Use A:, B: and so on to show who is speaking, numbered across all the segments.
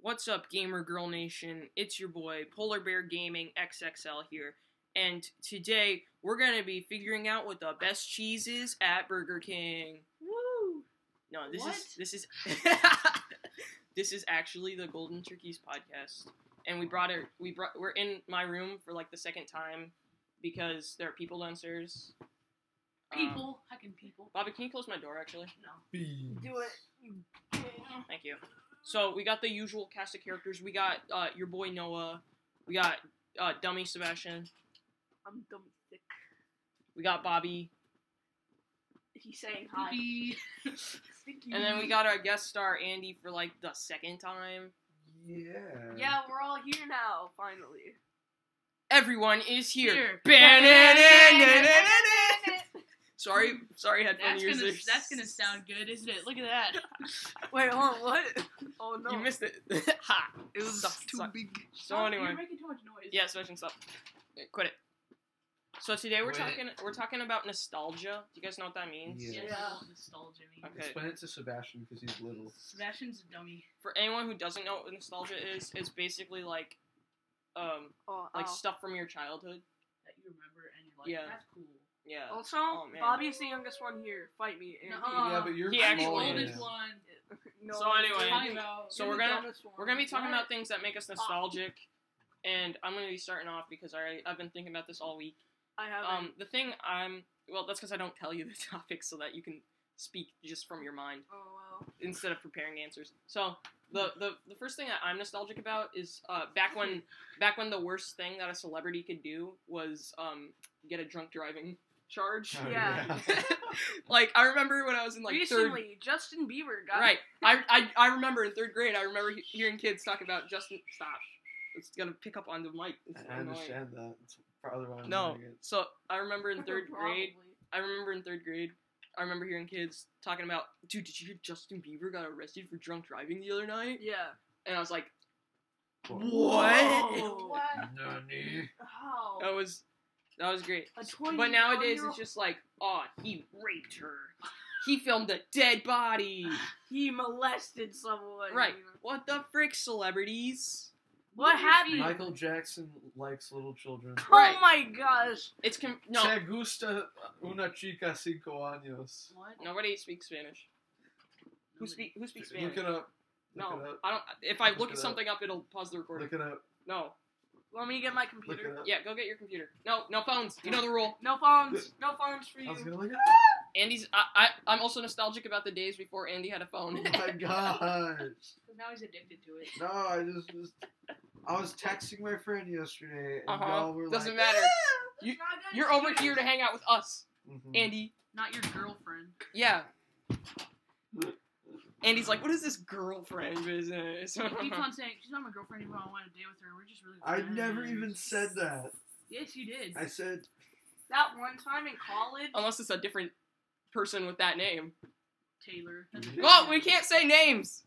A: What's up, Gamer Girl Nation? It's your boy, Polar Bear Gaming XXL here. And today, we're going to be figuring out what the best cheese is at Burger King. Woo! No, this is
B: What?
A: this is this is actually the Golden Turkeys podcast, and we brought it. We brought we're in my room for like the second time because there are people downstairs. Um,
B: People, heckin' people.
A: Bobby, can you close my door? Actually,
B: No.
C: Beans.
B: Do it.
A: Thank you. So we got the usual cast of characters. We got uh, your boy Noah. We got uh, Dummy Sebastian.
B: I'm dumb thick.
A: We got Bobby,
B: He's saying hi. Stinky.
A: and then we got our guest star Andy for like the second time.
C: Yeah.
B: Yeah, we're all here now, finally.
A: Everyone is here.
D: Here.
A: Sorry, sorry, headphone
D: That's gonna,
A: users.
D: that's gonna sound good, isn't it? Look at that.
B: Wait, hold on, what? Oh no.
A: You missed it. ha.
B: It
A: was Suck, too suck.
B: big.
A: So anyway.
B: You're making too much noise.
A: Yeah, Sebastian, stop. Yeah, Quit it. So today we're
C: Quit it.
A: talking we're talking about nostalgia. Do you guys know what that means?
C: Yeah.
B: Yeah.
D: Nostalgia. means.
A: Okay.
C: Explain it to Sebastian because he's little.
D: Sebastian's a dummy.
A: For anyone who doesn't know what nostalgia is, it's basically like um
B: Oh,
A: like
B: ow.
A: stuff from your childhood.
D: That you remember and you're like,
A: Yeah.
D: that's cool.
A: Yeah.
B: Also,
A: Oh, man.
B: Bobby's the youngest one here. Fight me. Andy.
D: Nuh-uh.
C: yeah, but you're
A: Uh, He
D: I'm
A: actually-
D: the
C: smaller
D: oldest
C: now.
D: one.
B: No,
A: So anyway,
B: you're
D: Talking
B: the-
D: about-
A: So
B: you're
A: we're
B: the
A: gonna-
B: dumbest one.
A: We're gonna be talking
D: What?
A: about things that make us nostalgic, and I'm gonna be starting off because I I've been thinking about this all week.
B: I have.
A: Um, the thing I'm well, that's because I don't tell you the topic so that you can speak just from your mind.
B: Oh wow.
A: instead of preparing answers. So the, the the first thing that I'm nostalgic about is uh, back when back when the worst thing that a celebrity could do was um, get a drunk driving charge.
C: Oh,
B: Yeah.
A: like I remember when I was in like
B: Recently,
A: third
B: Justin Bieber got
A: right. I, I I remember in third grade. I remember he- hearing kids talk about Justin. Stop. It's gonna pick up on the mic. It's
C: I
A: annoying.
C: understand Oh that. It's probably why I'm
A: No.
C: doing it.
A: So I remember in third grade.
B: Probably.
A: I remember in third grade, I remember hearing kids talking about, dude, did you hear Justin Bieber got arrested for drunk driving the other night?
B: Yeah.
A: And I was like,
B: Whoa.
A: what?
B: What?
C: Nani?
B: How?
A: That was that was great.
B: A 20
A: But nowadays
B: year old-
A: it's just like, oh, he raped her. He filmed a dead body.
B: he molested someone.
A: Right.
B: you know.
A: What the frick, celebrities?
B: What happened?
C: Michael Jackson likes little children.
A: Right.
B: Oh my gosh.
A: It's com- no
C: Se gusta una chica cinco años.
D: What?
A: nobody speaks Spanish. Who
D: Nobody.
A: speak Who speaks Spanish?
C: Look it up. Look
A: No,
C: it up.
A: I don't. If I
C: Look
A: look
C: it
A: at
C: up.
A: something up, it'll pause the recording.
C: Look it up.
A: No.
B: Let me get my
C: Look it
B: computer.
C: up.
A: Yeah, go get your computer. No, no phones. You know the rule.
B: No phones. No phones for
C: I was
B: you.
C: gonna look it
A: Andy's. I, I. I'm also nostalgic about the days before Andy had a phone.
C: up. Oh my gosh.
D: 'Cause now he's addicted to it.
C: No, I just, just I was texting my friend yesterday, and
A: Uh-huh.
C: y'all were
A: Doesn't
C: like,
A: matter.
B: That's
A: You-
B: not good.
A: You're over here to hang out with us,
C: Mhm.
A: Andy.
D: Not your girlfriend.
A: Yeah. Andy's like, what is this girlfriend business?
D: He keeps on saying, she's not my girlfriend anymore. I want to date with her. We're just really
C: I
D: friends."
C: never even said that.
D: Yes, you did.
C: I said
B: That one time in college.
A: Unless it's a different person with that name.
D: Taylor.
E: Mm-hmm.
D: That's a-
A: Well, we can't say names.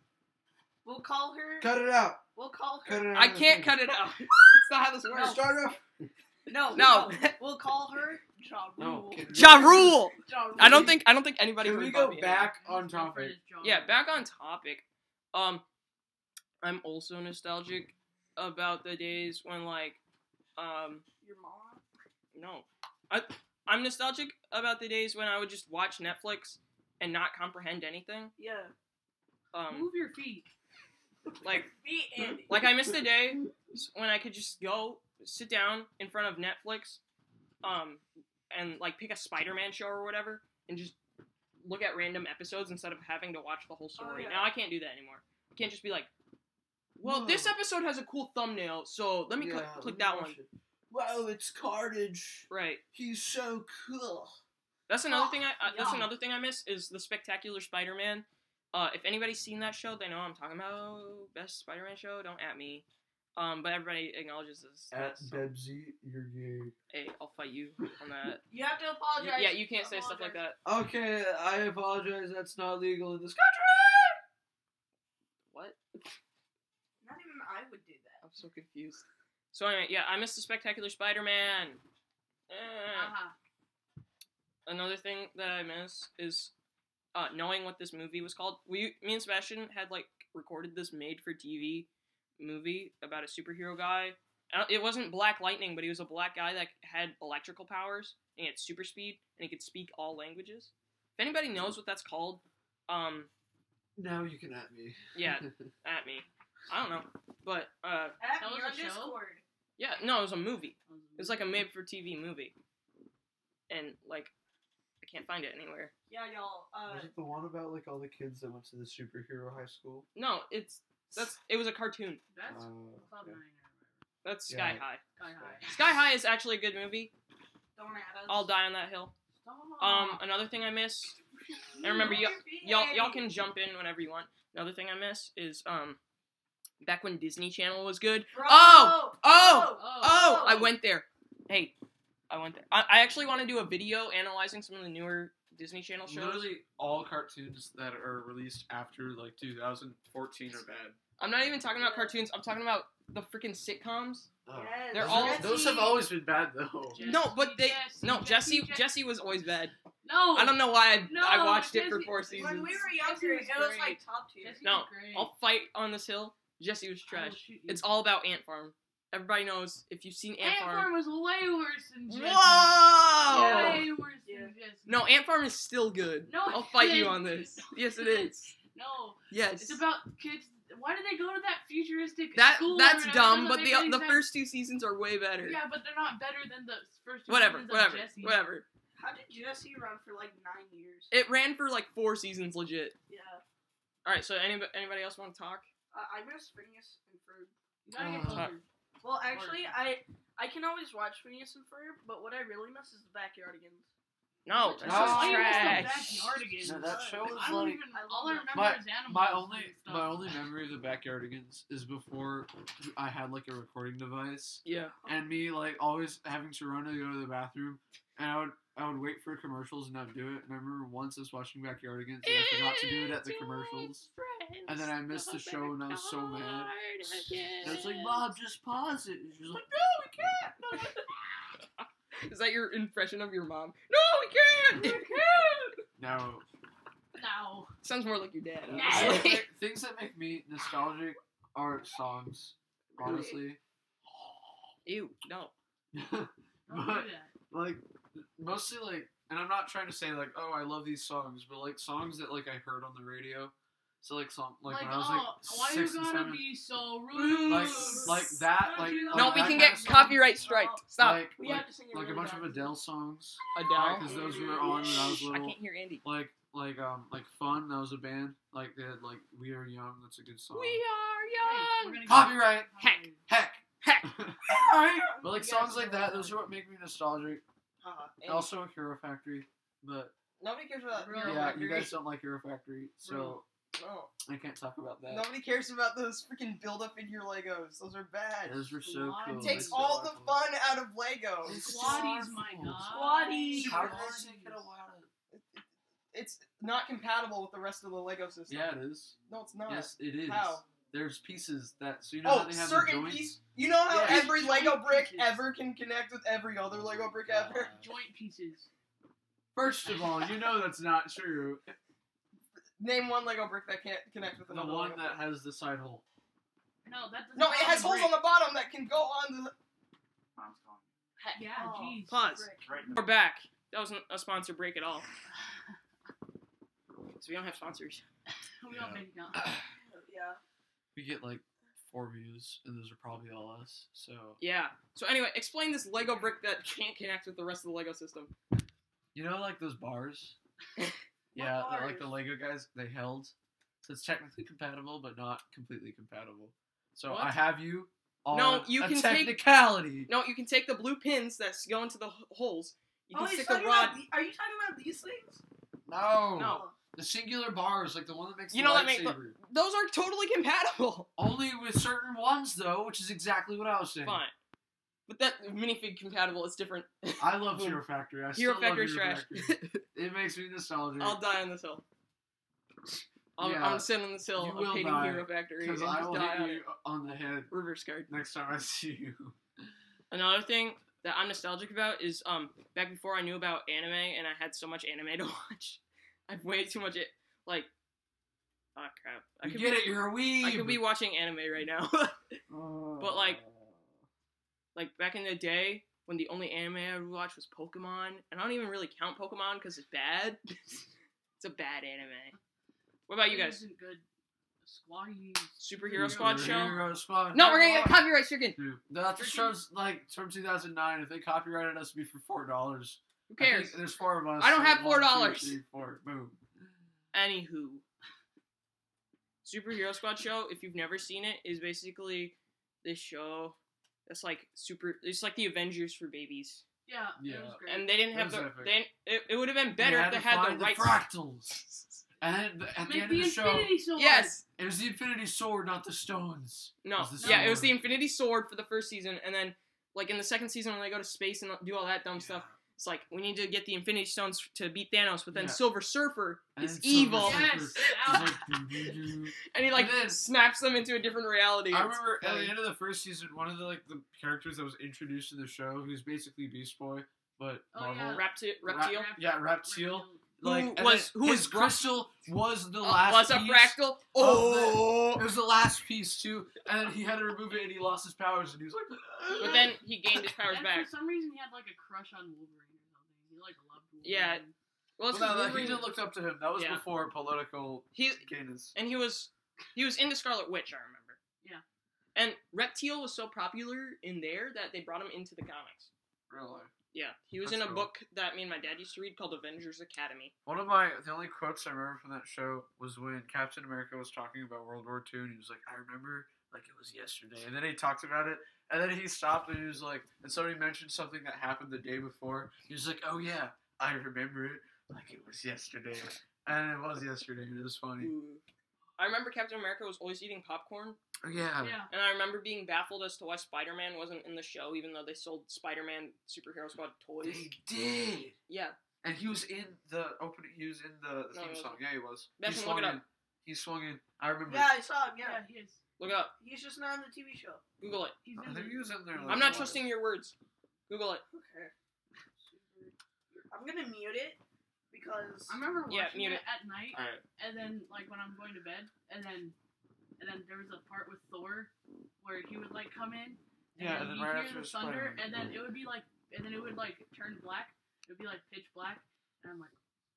B: We'll call her.
C: cut it out.
B: We'll call her.
C: Cut it out.
A: I can't cut it out. It's not how this
C: No.
A: works.
C: Start off.
B: No.
A: No.
B: We'll call her. Ja
C: No,
B: Rule.
C: can-
A: Ja Rule.
B: Ja Rule.
A: I don't think I don't think anybody
C: Can
A: heard
C: we go
A: Bobby
C: back
D: His
C: on
D: girlfriend
C: topic?
D: is John.
A: Hannah. Yeah, back on topic. Um I'm also nostalgic about the days when like um
B: Your mom.
A: No. I I'm nostalgic about the days when I would just watch Netflix and not comprehend anything.
B: Yeah.
A: Um
D: Move your feet.
A: like
B: Be Andy.
A: like I missed a day when I could just go sit down in front of Netflix um and like pick a Spider-Man show or whatever and just look at random episodes instead of having to watch the whole
C: Oh,
A: story.
B: yeah.
A: Now I can't do that anymore. I can't just be like, well,
C: No.
A: this episode has a cool thumbnail, so let me
C: Yeah,
A: cl-
C: let
A: click
C: me
A: that
C: watch
A: one.
C: it. Wow, it's Carnage.
A: Right.
C: He's so cool.
A: That's another
B: Oh,
A: thing I, I that's
B: yum.
A: another thing I miss is the Spectacular Spider-Man. Uh, if anybody's seen that show, they know I'm talking about oh, best Spider-Man show. Don't at me. Um, but everybody acknowledges this.
C: At
A: so,
C: Bebsy, you're gay.
A: hey, I'll fight you on that.
B: You have to apologize.
A: yeah, you can't say stuff like that.
C: Okay, I apologize. That's not legal in this country.
A: What?
B: Not even I would do that.
A: I'm so confused. So anyway, yeah, I missed the Spectacular Spider-Man. Eh.
D: Uh-huh.
A: Another thing that I miss is uh, knowing what this movie was called. We, me and Sebastian had like recorded this made for TV movie about a superhero guy. I don't- It wasn't Black Lightning, but he was a black guy that had electrical powers and he had super speed and he could speak all languages. If anybody knows what that's called, um,
E: Now you can at me.
A: yeah, at me. I don't know, but uh,
B: Abby,
D: That was
B: you're
D: a
B: on
D: show?
B: Discord.
A: yeah, no, it was a movie. It was like a made-for-TV movie, and like I can't find it anywhere.
B: Yeah, y'all. Uh,
E: Was it the one about like all the kids that went to the superhero high school?
A: No, it's that's it was a cartoon.
D: That's
E: Uh,
D: Cloud
E: yeah.
D: Nine.
A: That's Sky
E: Yeah.
A: High.
D: Sky High.
A: Sky High is actually a good movie.
B: don't at us.
A: I'll die on that hill.
D: Stop.
A: Um, another thing I miss, and remember,
B: You're
A: y'all,
B: being-
A: y'all, y'all can jump in whenever you want. Another thing I miss is um, back when Disney Channel was good.
B: Bro.
A: Oh! Oh,
D: oh,
A: oh, I went there. Hey, I went there. I, I actually want to do a video analyzing some of the newer Disney Channel shows.
C: Literally all cartoons that are released after like 2014 are bad.
A: I'm not even talking about cartoons. I'm talking about the freaking sitcoms.
E: Oh.
B: Yes.
A: They're
E: Those-
A: all-
E: Those have always been bad though.
D: Jesse,
A: no, but they
D: Jesse,
A: no Jesse.
D: Jesse, Jesse.
A: Jesse was always bad.
D: No.
A: I don't know why I,
D: No,
A: I watched it for
D: Jesse-
A: four
D: when
A: seasons.
B: When we were
D: Jesse
B: younger,
D: was
B: it was
D: great.
B: like top tier.
D: Jesse
A: No,
D: was great.
A: I'll fight on this hill. Jesse was
D: I will
A: trash.
D: shoot you.
A: It's all about Ant Farm. Everybody knows if you've seen Ant,
D: Ant Farm was way worse than Jesse.
A: Whoa!
D: Way worse than Jesse.
A: No, Ant Farm is still good.
D: No,
A: I'll
D: it
A: fight you
D: isn't.
A: on this.
D: No,
A: Yes, it
D: it isn't.
A: is.
D: No.
A: Yes.
D: It's about kids. Why do they go to that futuristic
A: that
D: school? or
A: that's
D: whatever? It
A: dumb,
D: doesn't
A: but
D: make
A: the
D: any
A: the
D: sense.
A: first two seasons are way better.
D: Yeah, but they're not better than the first. two
A: whatever,
D: seasons of
A: whatever,
D: Jesse.
A: whatever.
B: How did Jesse run for like nine years?
A: It ran for like four seasons, legit.
B: yeah.
A: All right, so anybody anybody else want to talk?
B: Uh, I missed Phineas and Ferb.
D: You gotta get
C: Oh.
E: Uh,
D: closer.
B: Well, actually, I I can always watch Phineas and Ferb, but what I really miss is the Backyardigans.
A: No,
D: Which
A: that's
D: is
E: no.
B: Oh,
D: why you
A: trash.
D: missed the Backyardigans.
E: No, that show was
D: I don't
E: like-
D: even.
B: I love
D: All I
B: that.
D: remember
E: My-
D: is animals.
C: My only
D: and stuff.
C: my only memory of the Backyardigans is before I had like a recording device
A: Yeah.
C: and me like always having to run to go to the bathroom and I would I would wait for commercials and not do it. And I remember once I was watching Backyardigans and I forgot to do it at the commercials. And then I missed the show and I was so mad. And it's like, Bob, just pause it. And she's like, No, we can't.
A: Is that your impression of your mom? No, we can't. We can't.
C: No.
D: No.
A: Sounds more like your dad.
D: No.
A: honestly.
C: Like, things that make me nostalgic are songs, honestly.
A: Ew. No.
D: Don't
C: but
D: do that.
C: like, mostly like, and I'm not trying to say like, oh, I love these songs, but like songs that like I heard on the radio. So like song like,
D: Like,
C: when I was like
D: oh, why you
C: six and
D: gotta
C: seven,
D: be so rude?
C: like like that
D: Why
C: like
D: you gotta
A: No,
C: like
A: we
C: Oh, that
A: can
C: kind
A: get
C: of song,
A: copyright striked. Stop.
C: Like
B: We
C: like,
B: have to sing
C: like a bunch of Adele songs,
A: Adele.
C: because those were on when I was
A: I
C: little.
A: can't hear Andy.
C: Like like um like fun. That was a band. Like they had like We Are Young. That's a good song.
A: are
C: Copyright.
A: Heck.
C: Heck.
A: Heck.
C: But like songs like that, those are what make me nostalgic.
A: And-
C: Also, Hero Factory, but
A: Nobody cares about
D: Bro.
A: Hero
C: yeah,
A: Factory.
C: you guys don't like Hero Factory, so
A: No.
C: I can't talk about that.
F: Nobody cares about those freaking build up in your Legos. Those are bad.
C: Those were so
D: It
C: cool.
F: It takes
C: Those were
F: all the
C: cool.
F: fun out of Legos.
C: It's just
D: Squatties,
C: awful.
D: my god.
B: Squatties.
C: How did
F: Squatties.
C: it take it a while to-
F: It's not compatible with the rest of the Lego system.
C: Yeah, it is.
F: No, it's not.
C: Yes, it is.
F: How?
C: There's pieces that so you know how
F: Oh,
C: they have the
F: certain
C: joints.
F: piece. You know how
C: Yeah.
F: every
D: Joint
F: Lego brick
D: pieces.
F: ever can connect with every other Lego brick ever.
C: Uh,
D: Joint pieces.
C: Oh First of all, you know that's not true.
F: Name one Lego brick that can't connect with
C: The
F: another.
C: one
F: Lego
C: that has the side hole.
D: No, that doesn't
F: No, it has
D: sound
F: holes on the bottom that can go on the.
G: Mom's calling.
D: right. Yeah,
B: Oh.
D: jeez.
A: Pause.
G: Right in the
A: We're back. That wasn't a sponsor break at all. So we don't have sponsors.
D: We don't
C: Yeah.
D: make it count.
B: Yeah.
C: We get like four views, and those are probably all us. So
A: Yeah. So anyway, explain this Lego brick that can't connect with the rest of the Lego system.
C: You know, like those bars. yeah,
B: What
C: that, like the
B: bars?
C: Lego guys they held. So it's technically compatible, but not completely compatible. So
A: What?
C: I have you. On
A: No, you
C: a
A: can take-
C: technicality.
A: No, you can take the blue pins that s- go into the h- holes. You can
B: oh, he's
A: stick the
B: talking
A: rod.
B: about the- are you talking about these things?
C: No.
A: No.
C: The singular bars, like the one that makes
A: You
C: the
A: know that make
C: lightsaber.
A: the- Those are totally compatible.
C: Only with certain ones, though, which is exactly what I was saying.
A: Fine. But that minifig compatible is different.
C: I love Hero Factory.
A: Hero
C: I still love
A: Factory's
C: Hero
A: trash.
C: Factory. it makes me nostalgic.
A: I'll die on this hill. I'm,
C: Yeah.
A: I'm sitting on this hill
C: You
A: of
C: will
A: hating
C: die,
A: Hero Factory and
C: Because
A: just
C: I will
A: die on
C: hit you
A: it.
C: on the head
A: Reverse card.
C: next time I see you.
A: Another thing that I'm nostalgic about is um back before I knew about anime and I had so much anime to watch. I've way too much it like Oh crap! I
C: You
A: could
C: get
A: be,
C: it. You're a weeb. Oh.
A: I could be watching anime right now.
H: But
A: like- like back in the day when the only anime I would watch was Pokemon, and I don't even really count Pokemon because it's bad. it's a bad anime. What about you
D: It
A: guys?
D: Isn't good. Squatty.
A: Superhero Squad show?
C: Superhero Squad.
A: No, we're gonna get copyright stricken.
C: Dude, That's the show's like from 2009. If they copyrighted us, it'd be for four dollars.
A: Who cares?
C: There's four of us.
A: I don't have
C: One, two,
A: $4.
C: three, four. Boom.
A: Anywho, Superhero Squad show. If you've never seen it, is basically this show that's like super. It's like the Avengers for babies,
D: Yeah. It
C: Yeah.
D: was great.
A: and they didn't have
C: That
A: the.
C: was epic.
A: They, it, it would have been better if
C: to
A: they had the
C: find
A: right.
C: fractals. And at the, at the
D: Make
C: end of
D: the
C: the show,
D: Infinity Sword.
A: yes.
C: it was the Infinity Sword, not the stones.
A: No.
C: It was the
A: Yeah, it
C: sword.
A: was the Infinity Sword for the first season, and then like in the second season when they go to space and do all that dumb stuff. It's like we need to get the Infinity Stones to beat Thanos, but then
C: Yeah.
A: Silver Surfer
C: And
A: is
C: then Silver
A: evil,
C: Surfer-
D: Yes.
C: It's
D: Ow.
C: like, doo-doo-doo.
A: and he like
C: And then-
A: snaps them into a different reality.
C: I
A: It's
C: remember at
A: funny.
C: the end of the first season, one of the like the characters that was introduced in the show, who's basically Beast Boy, but
D: Oh,
C: Marvel.
D: yeah.
A: Repti- Reptile.
D: Rap-
C: Yeah, Reptile. Like and
A: was-
C: then
A: who
C: his
A: was Gru-
C: crystal was the
A: Uh,
C: last
A: was a
C: piece.
A: fractal. Oh,
C: It was the last piece too, and then he had to remove it, and he lost his powers, and he was like,
A: but then he gained his powers
D: and
A: back.
D: for some reason, he had like a crush on Wolverine or something. He like loved Wolverine.
A: Yeah. Well, it's
C: Well, no, no, he
A: Wolverine-
C: didn't look up to him. That was
A: Yeah.
C: before political
A: he
C: gayness.
A: and he was he was into Scarlet Witch. I remember.
D: Yeah.
A: And Reptile was so popular in there that they brought him into the comics.
C: Really.
A: Yeah, he was
C: That's
A: in a
C: cool.
A: book that me and my dad used to read called Avengers Academy.
C: One of my the only quotes I remember from that show was when Captain America was talking about World War II, and he was like, "I remember like it was yesterday," and then he talked about it, and then he stopped and he was like, and somebody mentioned something that happened the day before. He was like, "Oh yeah, I remember it like it was yesterday," and it was yesterday. and It was funny.
A: I remember Captain America was always eating popcorn,
C: Oh, yeah.
D: Yeah.
A: and I remember being baffled as to why Spider Man wasn't in the show, even though they sold Spider Man Superhero Squad toys.
C: They did.
A: Yeah,
C: And he was in the opening. He was in the
A: No,
C: theme
A: he
C: song.
A: wasn't.
C: Yeah, he was.
A: Beth,
C: he
A: can look
C: swung
A: it up.
C: in. He swung in. I remember.
B: Oh. Yeah, I saw him.
D: Yeah,
B: Yeah,
D: he is.
A: look it up.
B: he's just not on the TV show.
A: Google it.
D: He's
C: I
D: in
C: think
D: it.
C: he was in there. Like,
A: I'm not
C: twice.
A: trusting your words. Google it.
B: Okay. I'm gonna mute it because
D: I remember watching
A: Yeah, mute
D: it,
A: it.
D: at night,
C: Alright.
D: and then like when I'm going to bed, and then and then there was a part with Thor where he would like come in, and
C: Yeah,
D: then
C: and then
D: you
C: right
D: hear
C: after
D: the
C: it's
D: thunder,
C: Spider-Man.
D: and then it would be like, and then it would like turn black. It would be like pitch black, and I'm like,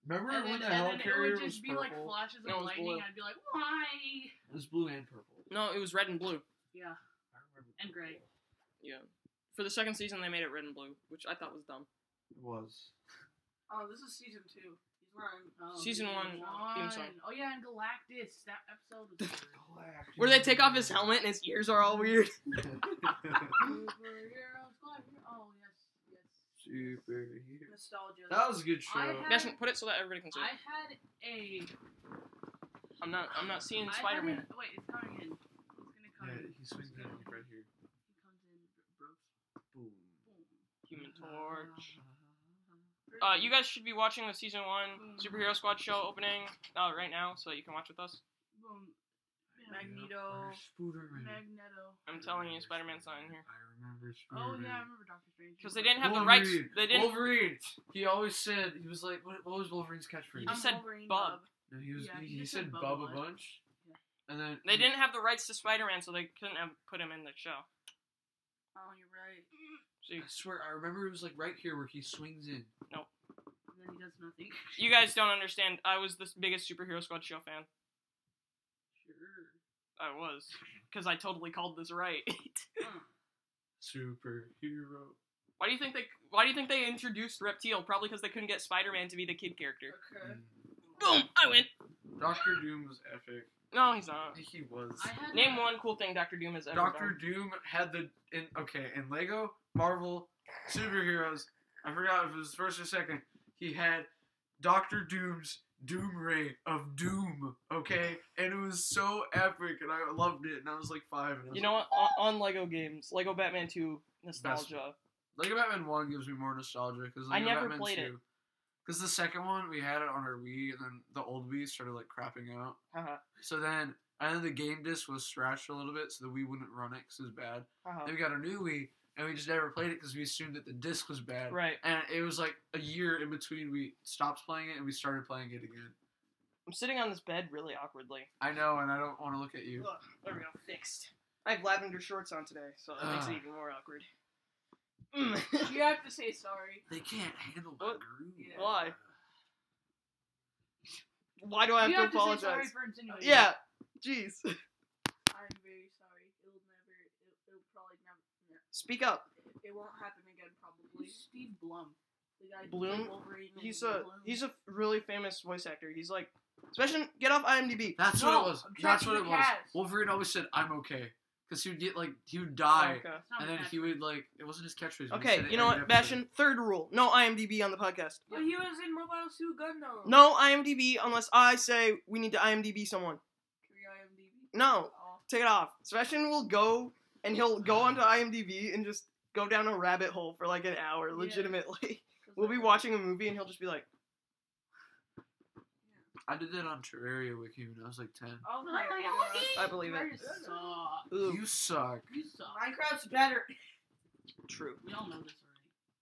C: Remember
D: and then,
C: when the
D: and then it
C: Helicarrier
D: would
C: was
D: just be
C: purple?
D: like flashes
A: No, it
D: of
A: was
D: lightning,
A: blue.
D: and I'd be like, why?
C: it was blue and purple.
A: No, it was red and blue.
D: Yeah,
C: I remember.
D: and gray.
A: Yeah. For the second season, they made it red and blue, which I thought was dumb.
C: It was.
B: oh, this is season two. He's lying.
D: Oh,
A: Season
D: yeah,
A: one, theme song.
D: one. Oh yeah, and Galactus. That episode was. good.
A: Where they take off his helmet and his ears are all weird.
D: Superheroes, gladiator- Oh yes, yes.
C: Superhero.
B: Nostalgia.
C: That was a good show.
D: I had-
A: Best put it so that everybody can see.
D: I
A: it.
D: had a
A: I'm not. I'm not seeing
D: I
A: Spider Man.
D: haven't- Wait, it's coming in. It's gonna come
C: yeah,
D: in.
C: he swings
D: It's
C: that
D: gonna-
C: hook right here.
D: He comes in, bros.
C: Boom.
D: Boom.
A: Human Torch. Uh, you guys should be watching the season one Superhero Squad show opening uh, right now, so that you can watch with us.
D: Boom. Mag-
B: Magneto.
C: Spooderman.
D: Magneto.
A: I'm telling you, Spider Man's not in here.
C: I remember
D: Oh
C: Spooderman.
D: yeah, I remember Doctor Strange.
A: Because they didn't have the rights.
C: Wolverine.
A: They didn't.
C: Wolverine. He always said he was like, what, what was Wolverine's catchphrase?
A: You
D: I'm
A: said
D: Wolverine,
A: bub.
C: No, he was.
D: Um, Yeah,
C: he,
D: he
C: he
D: just
C: said
D: said
C: Bub
D: Bubba
C: a
D: Butt.
C: bunch,
D: Yeah.
C: and then
A: They didn't have the rights to Spider Man, so they couldn't have put him in the show.
B: Oh, you're right.
A: So
C: I
A: you,
C: swear, I remember it was like right here where he swings in.
D: And then he does nothing.
A: you guys don't understand. I was the biggest Superhero Squad show fan.
D: Sure.
A: I was, because I totally called this right.
C: Superhero.
A: why do you think they? Why do you think they introduced Reptile? Probably because they couldn't get Spider Man to be the kid character.
B: Okay.
A: Boom! I win.
C: Mm. Doctor Doom was epic.
A: No, he's
C: I
A: not.
C: think he was.
D: I had
A: Name
D: a-
A: one cool thing Doctor Doom has ever
C: Doctor
A: done.
C: Doom had the in okay in Lego Marvel superheroes. I forgot if it was first or second. He had Doctor Doom's Doom Ray of Doom. Okay, and it was so epic, and I loved it. And I was like five. And I was
A: You know what? On, on Lego games, Lego Batman Two nostalgia.
C: Lego Batman One gives me more nostalgia because
A: I
C: Lego
A: never
C: Batman
A: played it.
C: Because the second one we had it on our Wii, and then the old Wii started like crapping out.
A: Haha.
C: So then, and then the game disc was scratched a little bit, so the Wii wouldn't run it 'cause it was bad.
A: haha.
C: Then we got a new Wii, and we just never played it because we assumed that the disc was bad.
A: Right.
C: And it was like a year in between we stopped playing it and we started playing it again.
A: I'm sitting on this bed really awkwardly.
C: I know, and I don't want to look at you.
A: Ugh, there we go, fixed. I have lavender shorts on today, so that makes it
C: Ugh.
A: even more awkward. Mm.
B: You have to say sorry.
C: They can't handle
A: What?
C: groove.
B: Yeah.
A: Why? Why do I have
D: you
A: to
D: have
A: apologize?
D: to say sorry for insinuating.
A: yeah, jeez.
B: I'm very sorry. It'll never. It'll, it'll probably never.
A: Speak up.
B: It won't happen again, probably.
D: Who's Steve Blum?
B: The guy who
A: Bloom?
B: played Wolverine in
A: He's a
B: Bloom.
A: he's a really famous voice actor. He's like, especially get off IMDb.
C: That's
B: No,
C: what it was.
B: I'm
C: That's
B: trashing
C: what
B: the
C: it was.
B: cast.
C: Wolverine always said, "I'm okay," because he would get like he would die,
A: Okay.
D: It's not
C: and then
D: Matt
C: he would like it wasn't his catchphrase. but he
A: Okay,
C: said it
A: you know
C: every
A: what,
C: episode.
A: Bastion? Third rule: no IMDb on the podcast.
B: Well, he was in Mobile Suit Gundam.
A: No IMDb unless I say we need to IMDb someone.
B: Can we IMDb?
A: No,
B: Oh.
A: take it off. Sebastian will go and he'll go onto IMDb and just go down a rabbit hole for like an hour,
D: Yeah.
A: legitimately.
B: 'Cause
A: We'll
B: I-
A: be watching a movie and he'll just be like,
C: I did that on Terraria with you when I was like ten.
B: Oh my
D: Oh my
B: god.
A: I believe it.
D: You suck.
A: Ooh,
C: You suck.
D: You suck.
I: Minecraft's better.
A: true.
D: We all know this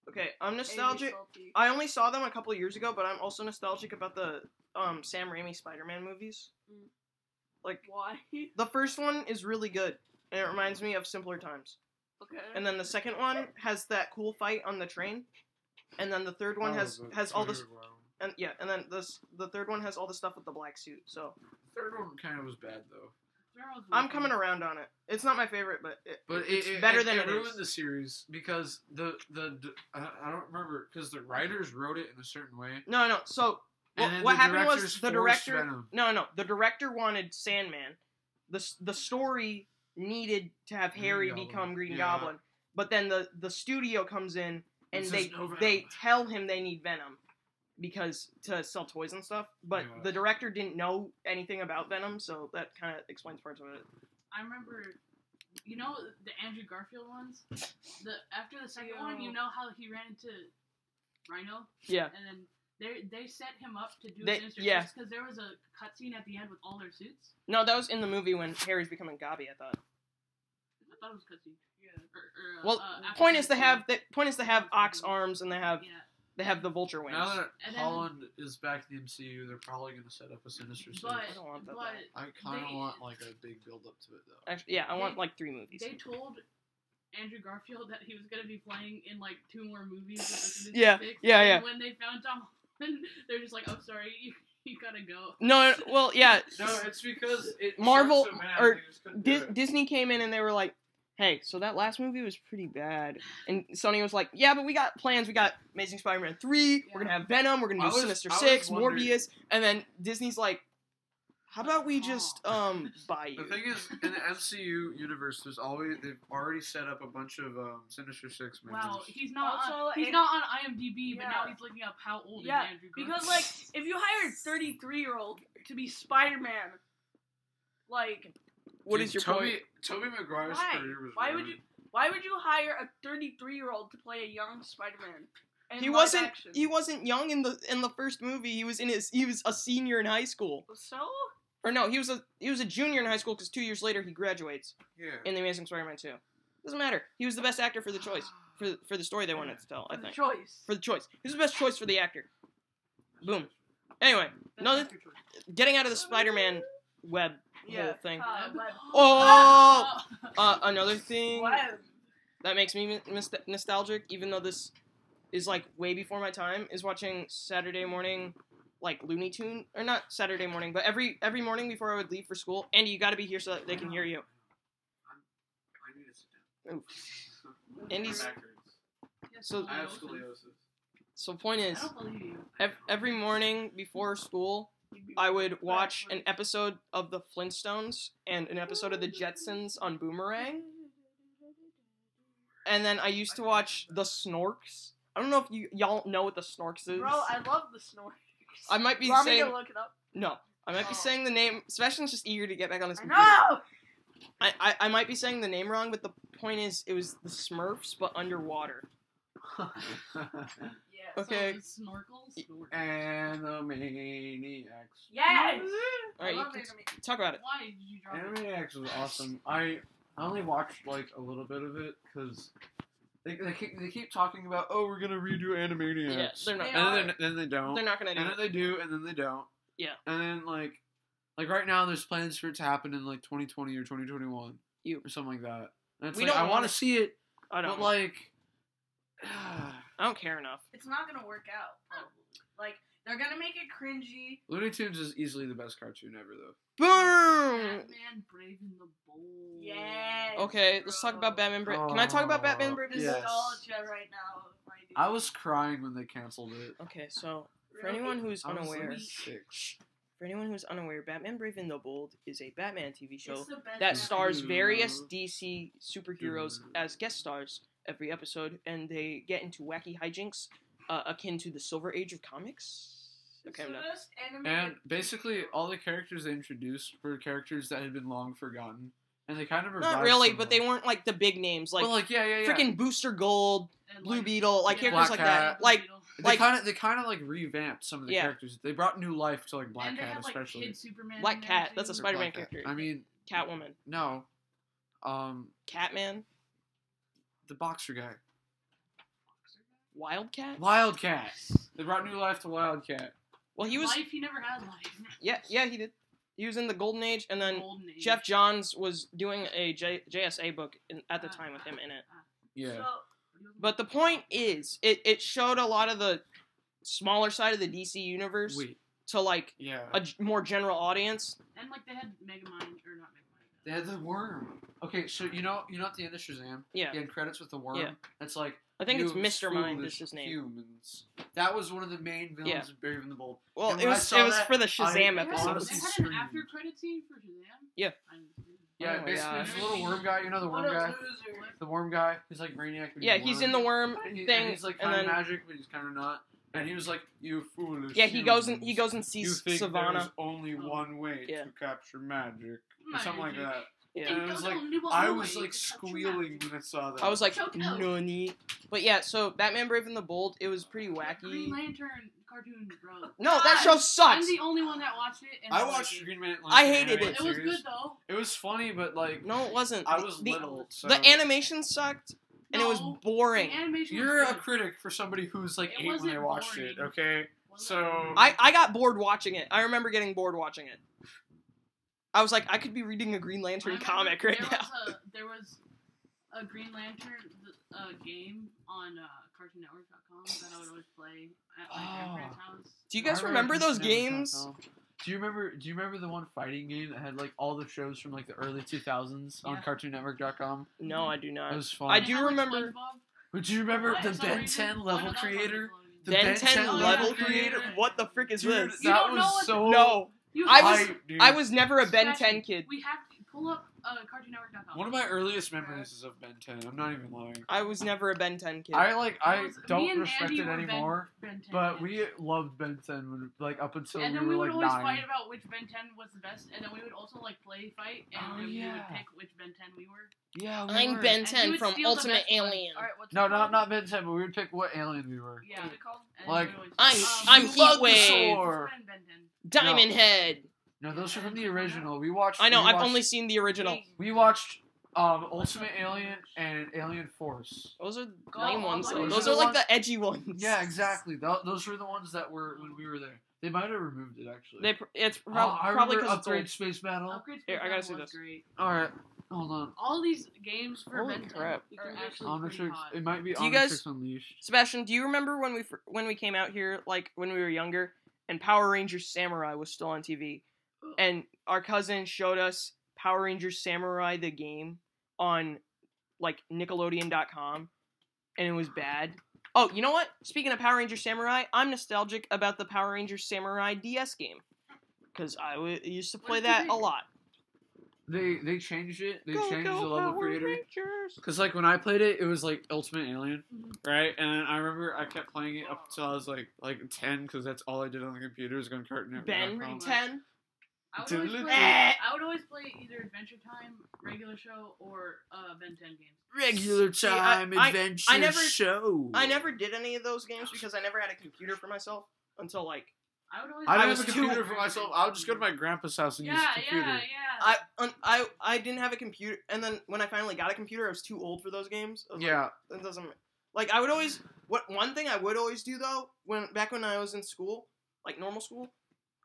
D: already.
A: Okay, I'm
B: Amy
A: nostalgic.
B: Salty.
A: I only saw them a couple years ago, but I'm also nostalgic about the um, Sam Raimi Spider-Man movies.
B: Mm.
A: Like
B: Why?
A: the first one is really good, and it reminds me of simpler times.
B: Okay.
A: And then the second one has that cool fight on the train, and then the third one
C: Oh,
A: has has all this and yeah, and then this the third one has all the stuff with the black suit. So
C: Third one kind of was bad though,
D: Throw us
A: I'm
D: one.
A: coming around on it. It's not my favorite, but it,
C: but
A: it's
C: it, it-
A: better
C: it-
A: than
C: it
A: it
C: ruined
A: is.
C: the series because the the d- I I don't remember because the writers wrote it in a certain way.
A: no, no. So
C: And
A: what,
C: then
A: what
C: the
A: happened was
C: directors
A: the
C: forced
A: director.
C: Venom.
A: No, no. The director wanted Sandman. The s- the story needed to have
C: Green
A: Harry
C: Goblin.
A: become Green
C: Yeah.
A: Goblin, but then the the studio comes in and
C: This
A: they
C: is no Venom.
A: they tell him they need Venom because to sell toys and stuff. But
C: Yeah.
A: the director didn't know anything about Venom, so that kind of explains parts of it.
D: I remember, you know, the Andrew Garfield ones. The after the second one, you
B: Ew.
D: know how he ran into Rhino,
A: Yeah.
D: and then they they set him up to do
A: They-
D: Sinister
A: yeah.
D: because there was a cutscene at the end with all their suits.
A: No, that was in the movie when Harry's becoming Gobby. I thought.
D: I thought it was cutscene.
B: Yeah.
D: Or, or, uh,
A: Well,
D: uh, after
A: point is they
D: cutscene.
A: have uh, the point is they have ox arms and they have
D: Yeah,
A: they have the vulture wings.
C: Now that
D: And then-
C: Holland is back in the MCU, they're probably going to set up a Sinister Six.
D: but
A: I don't want that,
D: but
C: I kind of
D: They-
C: want like a big build up to it though.
A: Actually, yeah, I want
D: They-
A: like three movies.
D: they told Andrew Garfield that he was gonna be playing in like two more movies. With the Sinister
A: Yeah,
D: Six,
A: yeah,
D: and
A: yeah.
D: When they found Tom, Holland, they're just like, "Oh, sorry, you, you gotta go."
A: No, no, well, yeah,
C: No, it's because it
A: Marvel-
C: sucked so bad,
A: or
C: they just couldn't do
A: Dis-
C: it.
A: Disney came in and they were like, "Hey, so that last movie was pretty bad," and Sony was like, "Yeah, but we got plans. We got Amazing Spider-Man three. We're gonna have Venom. We're gonna do
C: I was-
A: Sinister
C: I was
A: Six,
C: wondering-
A: Morbius, and then Disney's like." How about we just um buy you?
C: Oh. The thing is, in the MCU universe, there's always they've already set up a bunch of um, Sinister Six members.
D: Wow, he's not.
B: Also,
D: on, he's
B: it-
D: not on IMDb, but now
B: Yeah.
D: he's looking up how old
B: Yeah,
D: is Andrew Garfield.
B: Because like, if you hired thirty-three year old to be Spider Man, like,
A: what
C: Dude,
A: is your
C: Toby,
A: point?
C: Toby McGuire's
B: Why?
C: career was
B: Why would
C: ruined.
B: why would you hire a thirty-three year old to play a young Spider Man?
A: He wasn't. He wasn't young in the in the first movie. He was in his. He was a senior in high school,
B: So
A: or no, he was a he was a junior in high school because two years later he graduates
C: Yeah.
A: in The Amazing Spider-Man two. Doesn't matter. He was the best actor for the choice for for the story they wanted to tell. I
B: for the
A: think
B: choice.
A: for the choice. He was the best choice for the actor. Boom. Anyway,
D: That's
A: no,
D: not your choice.
A: getting out of the Spider-Man web
B: yeah.
A: whole thing.
B: Uh, web.
A: Oh! Uh, another thing
B: Web.
A: that makes me mis- mis- nostalgic, even though this is like way before my time, is watching Saturday morning, like Looney Tune, or not Saturday morning, but every every morning before I would leave for school. Andy, you got to be here so that they can hear you.
C: I need to sit
A: Ooh.
C: down.
A: Andy's- So-
C: I have scoliosis.
A: So point
D: I
A: is,
D: don't believe you.
A: ev- every morning before school, I would watch an episode of the Flintstones and an episode of the Jetsons on Boomerang. And then I used to watch the Snorks. I don't know if you y'all know what the Snorks is.
B: Bro, I love the snore.
A: I might be
B: Want me to
A: saying
B: look it up?
A: no. I might be
B: Oh.
A: saying the name. Sebastian's just eager to get back on his
B: I
A: computer.
B: know.
A: I, I I might be saying the name wrong, but the point is, it was the Smurfs but underwater.
B: Yes.
A: Okay. uh,
D: So, snorkels. Snork.
C: Animaniacs.
B: Yes.
A: All right,
B: I
A: you
B: love
A: can
B: anime.
A: talk about it.
D: Why did you drop it?
C: Animaniacs was awesome. I I only watched like a little bit of it because they, they, keep, they keep talking about oh we're gonna redo Animaniacs.
A: Yeah, they're not.
B: They
C: and then, they- then they don't.
A: They're not gonna do
C: and then
A: it.
C: they do, and then they don't.
A: Yeah.
C: And then like, like right now, there's plans for it to happen in like 2020 or 2021.
A: You.
C: or something like that. And it's
A: We
C: like,
A: don't
C: I want
A: wanna-
C: to see it,
A: I don't.
C: but
A: know.
C: like,
A: I don't care enough.
B: It's not gonna work out. Probably. Like they're gonna make it cringy.
C: Looney Tunes is easily the best cartoon ever, though.
A: Boom.
D: Batman Brave and the Bold.
B: Yeah.
A: Okay, let's talk about Batman. Bra- Can I talk about Batman
C: Oh,
A: Brave? and the Bold?
C: yes.
B: Nostalgia right now. my dude.
C: I was crying when they canceled it.
A: Okay, so for
B: Really?
A: anyone who's
C: I was like
A: unaware,
C: six.
A: for anyone who's unaware, Batman Brave and the Bold is a Batman TV show
B: It's the best
D: Mm-hmm.
A: that
B: Batman.
A: stars
C: Ooh.
A: various DC superheroes
C: Ooh.
A: as guest stars every episode, and they get into wacky hijinks uh, akin to the Silver Age of comics. Okay,
B: It's
A: I'm
B: the
A: done.
B: best animated
C: And basically, all the characters they introduced were characters that had been long forgotten, and they kind of
A: Not
C: revived
A: really,
C: some
A: but
C: of
A: they
C: them.
A: weren't like the big names, like,
C: but like yeah, yeah, yeah.
A: freaking Booster Gold,
D: And,
A: Blue
D: like,
A: Beetle, like
D: yeah,
A: characters
C: Black
A: like
C: Cat.
A: that. Like,
D: Blue Beetle.
C: they
A: like-
C: kind of they kind of like revamped some of the
A: Yeah.
C: characters. They brought new life to like Black
D: and they
C: Cat
D: have, like,
C: especially.
D: Kid Superman
A: Black
D: in there,
A: Cat, that's a
D: too.
C: Or
A: Spider-Man
C: Black Cat.
A: character.
C: I mean,
A: Catwoman,
C: no, um,
A: Catman,
C: the boxer guy,
A: Wildcat.
C: Wildcat. They brought new life to Wildcat.
A: Well, he was.
D: Life, he never had life.
A: Yeah, yeah, he did. He was in the Golden Age, and then
D: Golden Age.
A: Jeff Johns was doing a J- JSA book in, at the time with him in it.
C: Yeah.
B: So,
A: But the point is, it, it showed a lot of the smaller side of the DC universe
C: Wait.
A: to like
C: Yeah.
A: a g- more general audience.
D: And like they had Megamind or not Megamind.
C: They had the worm. Okay, so you know you know at the end of Shazam,
A: Yeah,
C: the end credits with the worm.
A: Yeah.
C: That's like
A: I think it's
C: you
A: Mr. Mind is
C: foolish
A: his name.
C: Humans. That was one of the main villains
A: Yeah.
C: of Brave and the Bold.
A: Well,
C: And
A: it
C: when I
A: was
C: saw
A: it was
C: that,
A: for the
D: They
A: Shazam
C: I
D: had,
A: episode.
C: honestly
D: they had an
C: screamed.
D: after credit scene for Shazam.
A: Yeah.
D: I'm,
C: Yeah,
A: Oh my
C: basically
A: gosh.
C: there's a little worm guy. You know the
B: what
C: worm
B: a
C: guy,
B: loser.
C: the worm guy. He's like Brainiac. But
A: Yeah, he's in the worm
C: worm. He-
A: thing,
C: And he's like
A: and
C: kind of
A: then-
C: magic, but he's kind of not. And he was like, "You foolish."
A: yeah, he goes and
C: humans.
A: he goes and
C: You
A: sees
C: think there's
A: Savannah.
C: only
D: Oh.
C: one way
A: Yeah.
C: to capture magic, or
D: Magic.
C: something like that.
A: Yeah.
C: And it was like, I was like squealing when I saw that.
A: I was like,
D: Choke out.
A: nani. But yeah, so Batman Brave and the Bold, it was pretty
D: Green
A: wacky.
D: Lantern cartoon, bro.
A: No, that show
D: I'm
A: sucks.
D: the only one that watched it. And
C: I
D: liked
C: watched
D: it.
C: Green Man.
A: I hated
C: animated
D: It was
C: series.
D: good though.
C: It was funny, but like,
A: No, it wasn't.
C: I
A: The-
C: was
A: the,
C: little. So
A: The animation sucked, and it was
D: No,
A: boring.
D: The animation.
C: You're
D: was
C: a
D: good.
C: critic for somebody who's like
D: It
C: eight when
D: wasn't
C: they watched it.
D: boring.
C: Okay, so-
A: I, I got bored watching it. I remember getting bored watching it. I was like, I could be reading a Green
D: I
A: Lantern
D: remember
A: comic right
D: there
A: now.
D: Was a, there was a Green Lantern uh, game on uh, CartoonNetwork.com that I would always play at my
C: Oh.
D: grandparents' house.
A: Do you guys
C: I
A: remember those
C: Kingston and
A: games?
C: Taco. Do you remember? Do you remember the one fighting game that had like all the shows from like the early 2000s on
D: Yeah.
C: CartoonNetwork.com?
A: No, I do
C: That
A: not.
C: was fun.
A: I
D: They
A: do
D: had, like,
A: remember-
D: SpongeBob.
C: Would you remember
D: Why,
C: the
D: for some
C: Ben
D: reason-
C: 10
D: oh,
C: level
D: no, that was
C: creator?
D: Nickelodeon.
C: The
A: Ben 10
D: Oh, yeah.
A: level
D: Yeah.
A: creator? What the frick is
C: Dude,
A: this?
D: You
C: that
D: don't know
C: was
D: what-
C: so.
A: No,
D: You
A: I
D: have-
A: was-
C: hype, dude.
A: I was never a Ben
D: Scratchy.
A: 10 kid.
D: We have to pull up uh, CartoonNetwork.com.
C: One of my earliest memories is of Ben 10. I'm not even lying.
A: I was never a Ben 10 kid.
C: I like.
D: It
C: I
D: was- me
C: don't
D: and
C: respect
D: Andy
C: it
D: were Ben-
C: anymore.
D: Ben 10
C: But
D: kids.
C: we loved Ben 10 when, like up until
D: and
C: we
D: then
C: were
D: we would
C: like
D: always
C: nine.
D: fight about which Ben 10 was the best, and then we would also like play fight, and
C: Oh,
D: then we would
C: yeah.
D: pick which Ben 10 we were.
C: yeah, we
A: I'm
C: were.
A: Ben
D: And he
A: 10
D: would
A: from
D: steal the
A: Ultimate
D: best one.
A: Alien.
B: All right, what's
C: No,
B: it
C: not
B: called?
C: not Ben 10, but we would pick what alien we were.
D: Yeah.
B: What's it called?
D: And
C: Like,
D: we would always-
A: I'm-
C: I'm
D: we
C: Heat
D: loved the
C: Wave.
D: sword. Ben 10.
A: Diamond Head.
C: No, those are from the original. We watched.
A: I know,
C: we
A: I've
C: watched-
A: only seen the original.
C: We watched um, Ultimate Alien and Alien Force.
A: Those are
D: Go
A: lame
D: on,
A: ones, though.
C: those
A: Those
C: are
A: are like
C: the
A: the edgy ones.
C: Yeah, exactly. Tho- those were the ones that were when we were there. They might have removed it actually.
A: They, pr- it's
C: Oh,
A: prob-
C: I
A: probably
C: remember
A: because it's
C: upgrade
A: old.
C: space battle.
D: Upgrade
A: Here, I gotta
D: Program
A: see
D: was
A: this.
D: Great.
C: All right, hold on.
D: All these games for
A: Holy
D: Ben 10
A: crap.
D: are actually pretty
C: Omnitrix.
D: hot.
C: It might be
A: Do you
C: Omnitrix
A: guys-
C: Unleashed.
A: Sebastian, do you remember when we fir- when we came out here, like when we were younger, and Power Rangers Samurai was still on TV, and our cousin showed us Power Rangers Samurai the game on like Nickelodeon.com, and it was bad. Oh, you know what? Speaking of Power Rangers Samurai, I'm nostalgic about the Power Rangers Samurai DS game because I w- used to
D: What
A: play
D: did you
A: that a
D: think?
A: lot.
C: They they changed it. They
A: Go,
C: changed
A: go,
C: the level
A: Power
C: creator.
A: Rangers.
C: Cause like when I played it, it was like Ultimate Alien,
D: Mhm.
C: right? And then I remember I kept playing it up until I was like like ten, cause that's all I did on the computer was going Cartoon Network.
A: Ben
D: much.
A: ten.
D: I would, always
C: Diddle-
D: play, I would always play either Adventure Time, Regular Show, or uh, Ben 10 games.
C: Regular
A: See, I-
C: time
A: I-
C: adventure
A: I never-
C: show.
A: I never did any of those games because I never had a computer for myself until like
D: I would always.
C: I
A: I
C: don't
A: was
C: have a
A: too-
C: computer for myself. I would just go to my grandpa's house and
D: Yeah,
C: use
D: yeah,
C: the computer.
D: yeah.
A: I un, I I didn't have a computer, and then when I finally got a computer, I was too old for those games. I was like,
C: Yeah,
A: it doesn't. Like I would always what one thing I would always do though when back when I was in school, like normal school,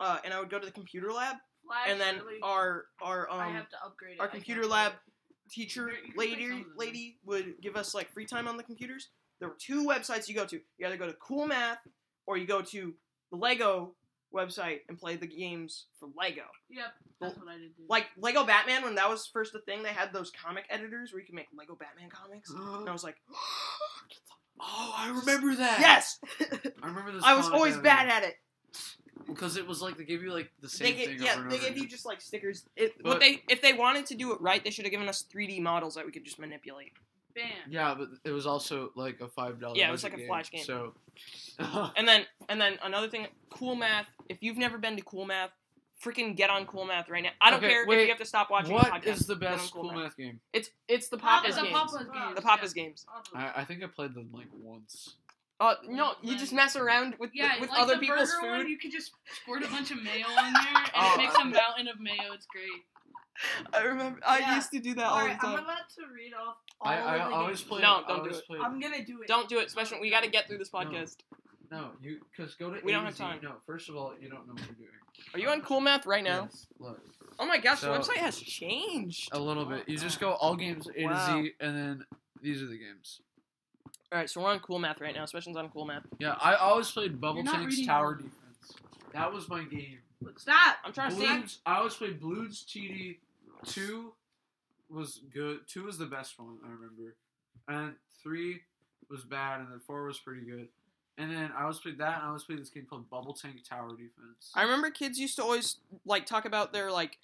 A: uh, and I would go to the computer lab,
B: Flash
A: and then
B: really-
A: our our
B: I
A: um
B: have to upgrade it.
A: our
B: I can't
A: computer
B: do
A: lab
B: it.
A: teacher
D: You can play some
A: lady
D: of them.
A: lady would give us like free time on the computers. There were two websites you go to. You either go to Cool Math or you go to the Lego website and play the games for Lego.
D: Yep, that's what I did. Too.
A: Like Lego Batman when that was first a thing, they had those comic editors where you could make Lego Batman comics. And I was like,
C: Oh, I remember that.
A: yes,
C: I remember this.
A: I was
C: comic
A: always
C: I
A: bad at it.
C: because it was like they gave you like the
A: They
C: same
A: gave,
C: thing.
A: yeah,
C: over and
A: they
C: over
A: gave you
C: again.
A: just like stickers. It,
C: But-
A: what they if they wanted to do it right, they should have given us 3D models that we could just manipulate.
D: Bam.
C: Yeah, but it was also like a five dollar.
A: Yeah, it was like a flash game.
C: So,
A: And then and then another thing, Cool Math. If you've never been to Cool Math, freaking get on Cool Math right now. I don't
C: Okay,
A: care if
C: wait,
A: you have to stop watching the
C: what
A: podcast.
C: is the
A: Get on
C: best cool math game?
A: It's it's the
D: Papa-
A: Papa's
D: the
A: games.
D: Papa's
B: Games,
A: the
D: yeah.
A: Papa's games.
B: Awesome.
C: I, I think I played them like once.
A: Uh, no, you just mess around with
D: Yeah,
A: with
D: like
A: other
D: the
A: people's
D: burger
A: food. uh,
D: one, you could just squirt a bunch of mayo in there, and
C: Oh,
D: it makes a mountain of mayo. It's great.
A: I remember I
B: Yeah.
A: used to do that all,
B: Alright,
A: the
B: I'm
A: time.
B: about to read off all
C: I,
B: of
C: I
B: the
C: always
B: games.
C: played.
A: No, don't
C: I
A: do
C: always
A: it.
C: played-
B: I'm gonna do it.
A: Don't do it, special. We got to get through this podcast.
C: No, you because go to.
A: We
C: A
A: don't
C: to
A: have
C: Z.
A: time.
C: No, first of all, you don't know what you're doing.
A: Are you on Cool Math right now?
C: Yes, look,
A: Oh my gosh,
C: So- Oh.
A: the website has changed.
C: a little bit. You just go all games A
A: Wow.
C: to Z, and then these are the games.
A: All right, so we're on Cool Math right now. Special's on Cool Math.
C: Yeah, I always played Bubble
D: You're not
C: Tanks
D: reading
C: Tower
D: all of
C: Defense. That was my game.
B: Stop.
A: I'm trying to see.
C: Balloons- I always played Balloons TD. Two was good. Two was the best one I remember, and three was bad, and then four was pretty good. And then I always played that, and I always played this game called Bubble Tank Tower Defense.
A: I remember kids used to always like talk about their like,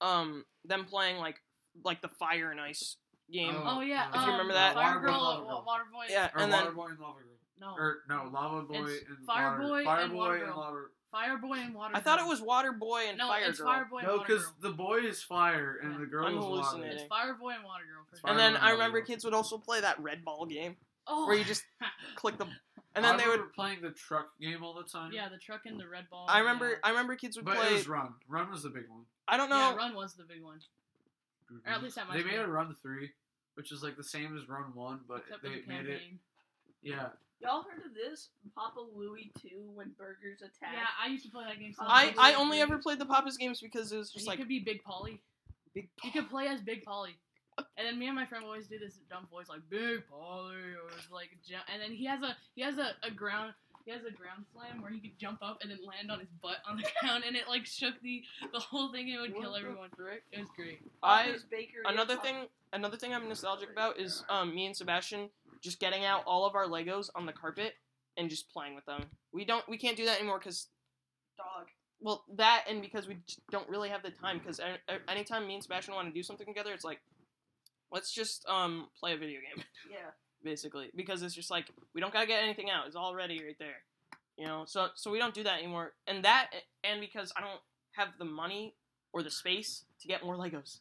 A: um, them playing like like the fire and ice game.
C: Oh,
D: Oh yeah,
C: If you
D: um,
A: remember that.
D: Fire
C: Waterboy, Er,
D: Girl,
C: Lover
D: Wa-
C: Girl.
D: Water Boy.
A: yeah,
C: or
A: and then
C: Waterboy and Lava Girl,
D: No.
C: or no, Lava Boy
D: Oh. It's
C: and
D: Fireboy
C: Water,
D: and
C: Fireboy
D: Water
C: and
D: Girl.
C: Water.
D: Fireboy and Water.
A: I thought it
D: Girl.
A: was Water Boy and
D: no,
A: Fire
D: it's
A: Girl.
D: Fireboy and
C: No,
D: Water
C: because
D: Girl.
C: the boy is fire and
D: Yeah.
C: the girl
A: I'm
C: is water.
A: hallucinating.
D: It's Fireboy and Water Girl. For
C: It's
D: sure.
A: and then
C: Fireboy
A: I
C: and
A: remember
C: Water Girl.
A: kids would also play that red ball game
D: oh.
A: where you just click the, and then
C: I
A: they would.
C: remember playing the truck game all the time.
D: yeah, the truck and the red ball.
A: I remember.
D: yeah.
A: I remember kids would
C: but
A: play.
C: it was Run. Run was the big one.
A: I don't know.
D: Yeah, Run was the big one. Or at least that
C: They
D: much
C: made
D: money.
C: a run three, which is like the same as run one, but
D: Except for
C: they
D: the
C: made it.
D: campaign.
C: Yeah,
B: Y'all heard of this? Papa Louie 2 when burgers attack.
D: Yeah, I used to play that game. So
A: I
D: much.
A: I only ever played the Papa's games because it was
D: You
A: just like
D: could be Big Polly.
A: big.
D: You could play as Big Polly. And then me and my friend always do this dumb voice like Big Polly or it's like jump. And then he has a he has a, a ground he has a ground slam where he could jump up and then land on his butt on the ground and it like shook the the whole thing and it would kill everyone. It was great.
A: I
B: Papa's Bakery and
A: another
B: Papa-
A: thing another thing I'm nostalgic about is um me and Sebastian just getting out all of our Legos on the carpet and just playing with them. We don't we can't do that anymore because
B: Dog.
A: well that and because we just don't really have the time because anytime me and Sebastian want to do something together it's like let's just um play a video game
B: Yeah.
A: basically because it's just like we don't gotta get anything out it's already right there you know so so we don't do that anymore and that and because I don't have the money or the space to get more Legos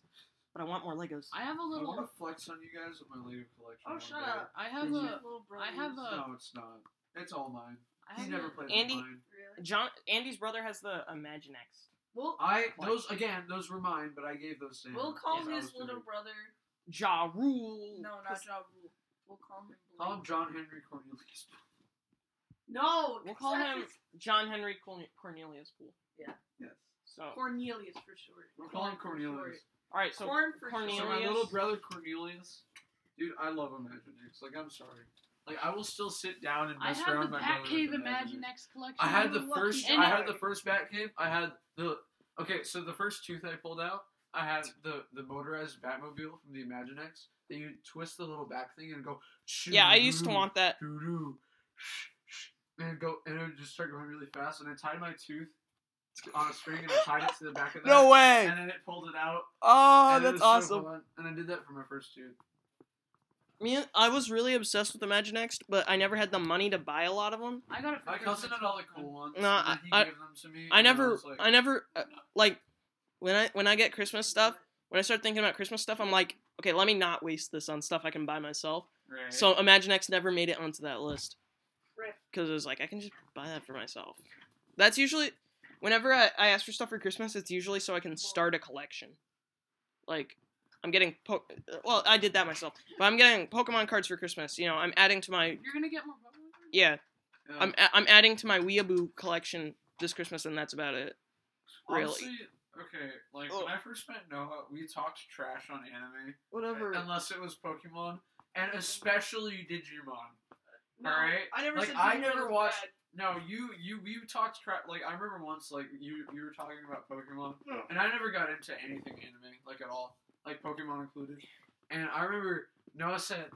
A: but I want more Legos.
D: I have a
C: I want
D: little
C: to flex on you guys with my Lego collection.
B: Oh,
C: one
B: shut
C: day.
B: up.
D: I have
C: Did
D: a
C: you?
B: Little
D: I have
B: brothers.
D: a-
C: No, it's not. It's all mine.
D: I have
C: He's never
D: a,
C: played with
A: Andy-
C: mine.
B: Really?
A: John Andy's brother has the Imaginext.
B: We'll,
C: I
A: What?
C: those again. Those were mine, but I gave those to him.
B: we'll call
C: Oh, Yeah, I
B: his
C: was
B: little
C: doing-
B: brother.
A: Ja Rule.
B: No, not Ja Rule. We'll call him.
C: Call him
B: Blake.
C: John Henry Cornelius.
B: No,
A: We'll call
B: that's
A: him
B: his-
A: John Henry Corn- Cornelius Poole.
C: Yes.
A: So, all
B: Cornelius for short.
C: We'll call him
B: Corn for short.
C: Cornelius.
A: right. So
B: Corn for
C: So
A: Cornelius.
C: my little brother Cornelius, dude, I love Imaginex. Like I'm sorry. Like I will still sit down and
D: I
C: mess
D: have
C: around
D: the
C: my brother. with
D: Batcave
C: Imaginex.
D: Imaginext collection.
C: I had the
D: You're lucky.
C: first.
D: And
C: I
D: it-
C: had the first Batcave. I had the. Okay, so the first tooth I pulled out, I had the the motorized Batmobile from the Imaginex that you twist the little back thing and go.
A: yeah, I used to
C: "Shoo-doo,
A: want that.
C: doo-doo, shh, shh," And it'd go and it would just start going really fast. And I tied my tooth on a string and I tied it to the back of that.
A: way!
C: And then it pulled it out.
A: Oh,
C: and it was so fun, and I did that for my first tooth.
A: Me, and- I was really obsessed with Imaginext, but I I had the money to buy a lot of them.
D: I got it. For
C: My cousin
D: Christmas
C: had all the
D: one time.
C: cool ones.
A: No,
C: and then he
A: I-
C: gave them to me.
A: I
C: and
A: never,
C: was like,
A: I never, uh, like, when I when I get Christmas stuff, when I start thinking about Christmas stuff, I'm like, okay, let me not waste this on stuff I can buy myself.
C: Right.
A: So Imaginext never made it onto that list.
B: Right.
A: Because it was like, I can just buy that for myself. That's usually, whenever I, I ask for stuff for Christmas, it's usually so I can start a collection. Like, I'm getting, po- well, I did that myself, but I'm getting Pokemon cards for Christmas. You know, I'm adding to my,
D: You're gonna get more. Pokemon cards?
A: yeah,
C: Yeah.
A: I'm, a- I'm adding to my Weeaboo collection this Christmas, and that's about it. Really. Oh.
C: Honestly, okay, like when I first met Noah, we talked trash on anime,
A: Whatever.
C: unless it was Pokemon, and especially Digimon.
B: No,
C: All right.
B: I never
C: Like,
B: said
C: I
B: Digimon
C: never
B: was
C: watched-
B: bad.
C: No, you you you talked crap. Like I remember once, like you you were talking about Pokemon,
B: No.
C: and I never got into anything anime like at all, like Pokemon included. And I remember Noah said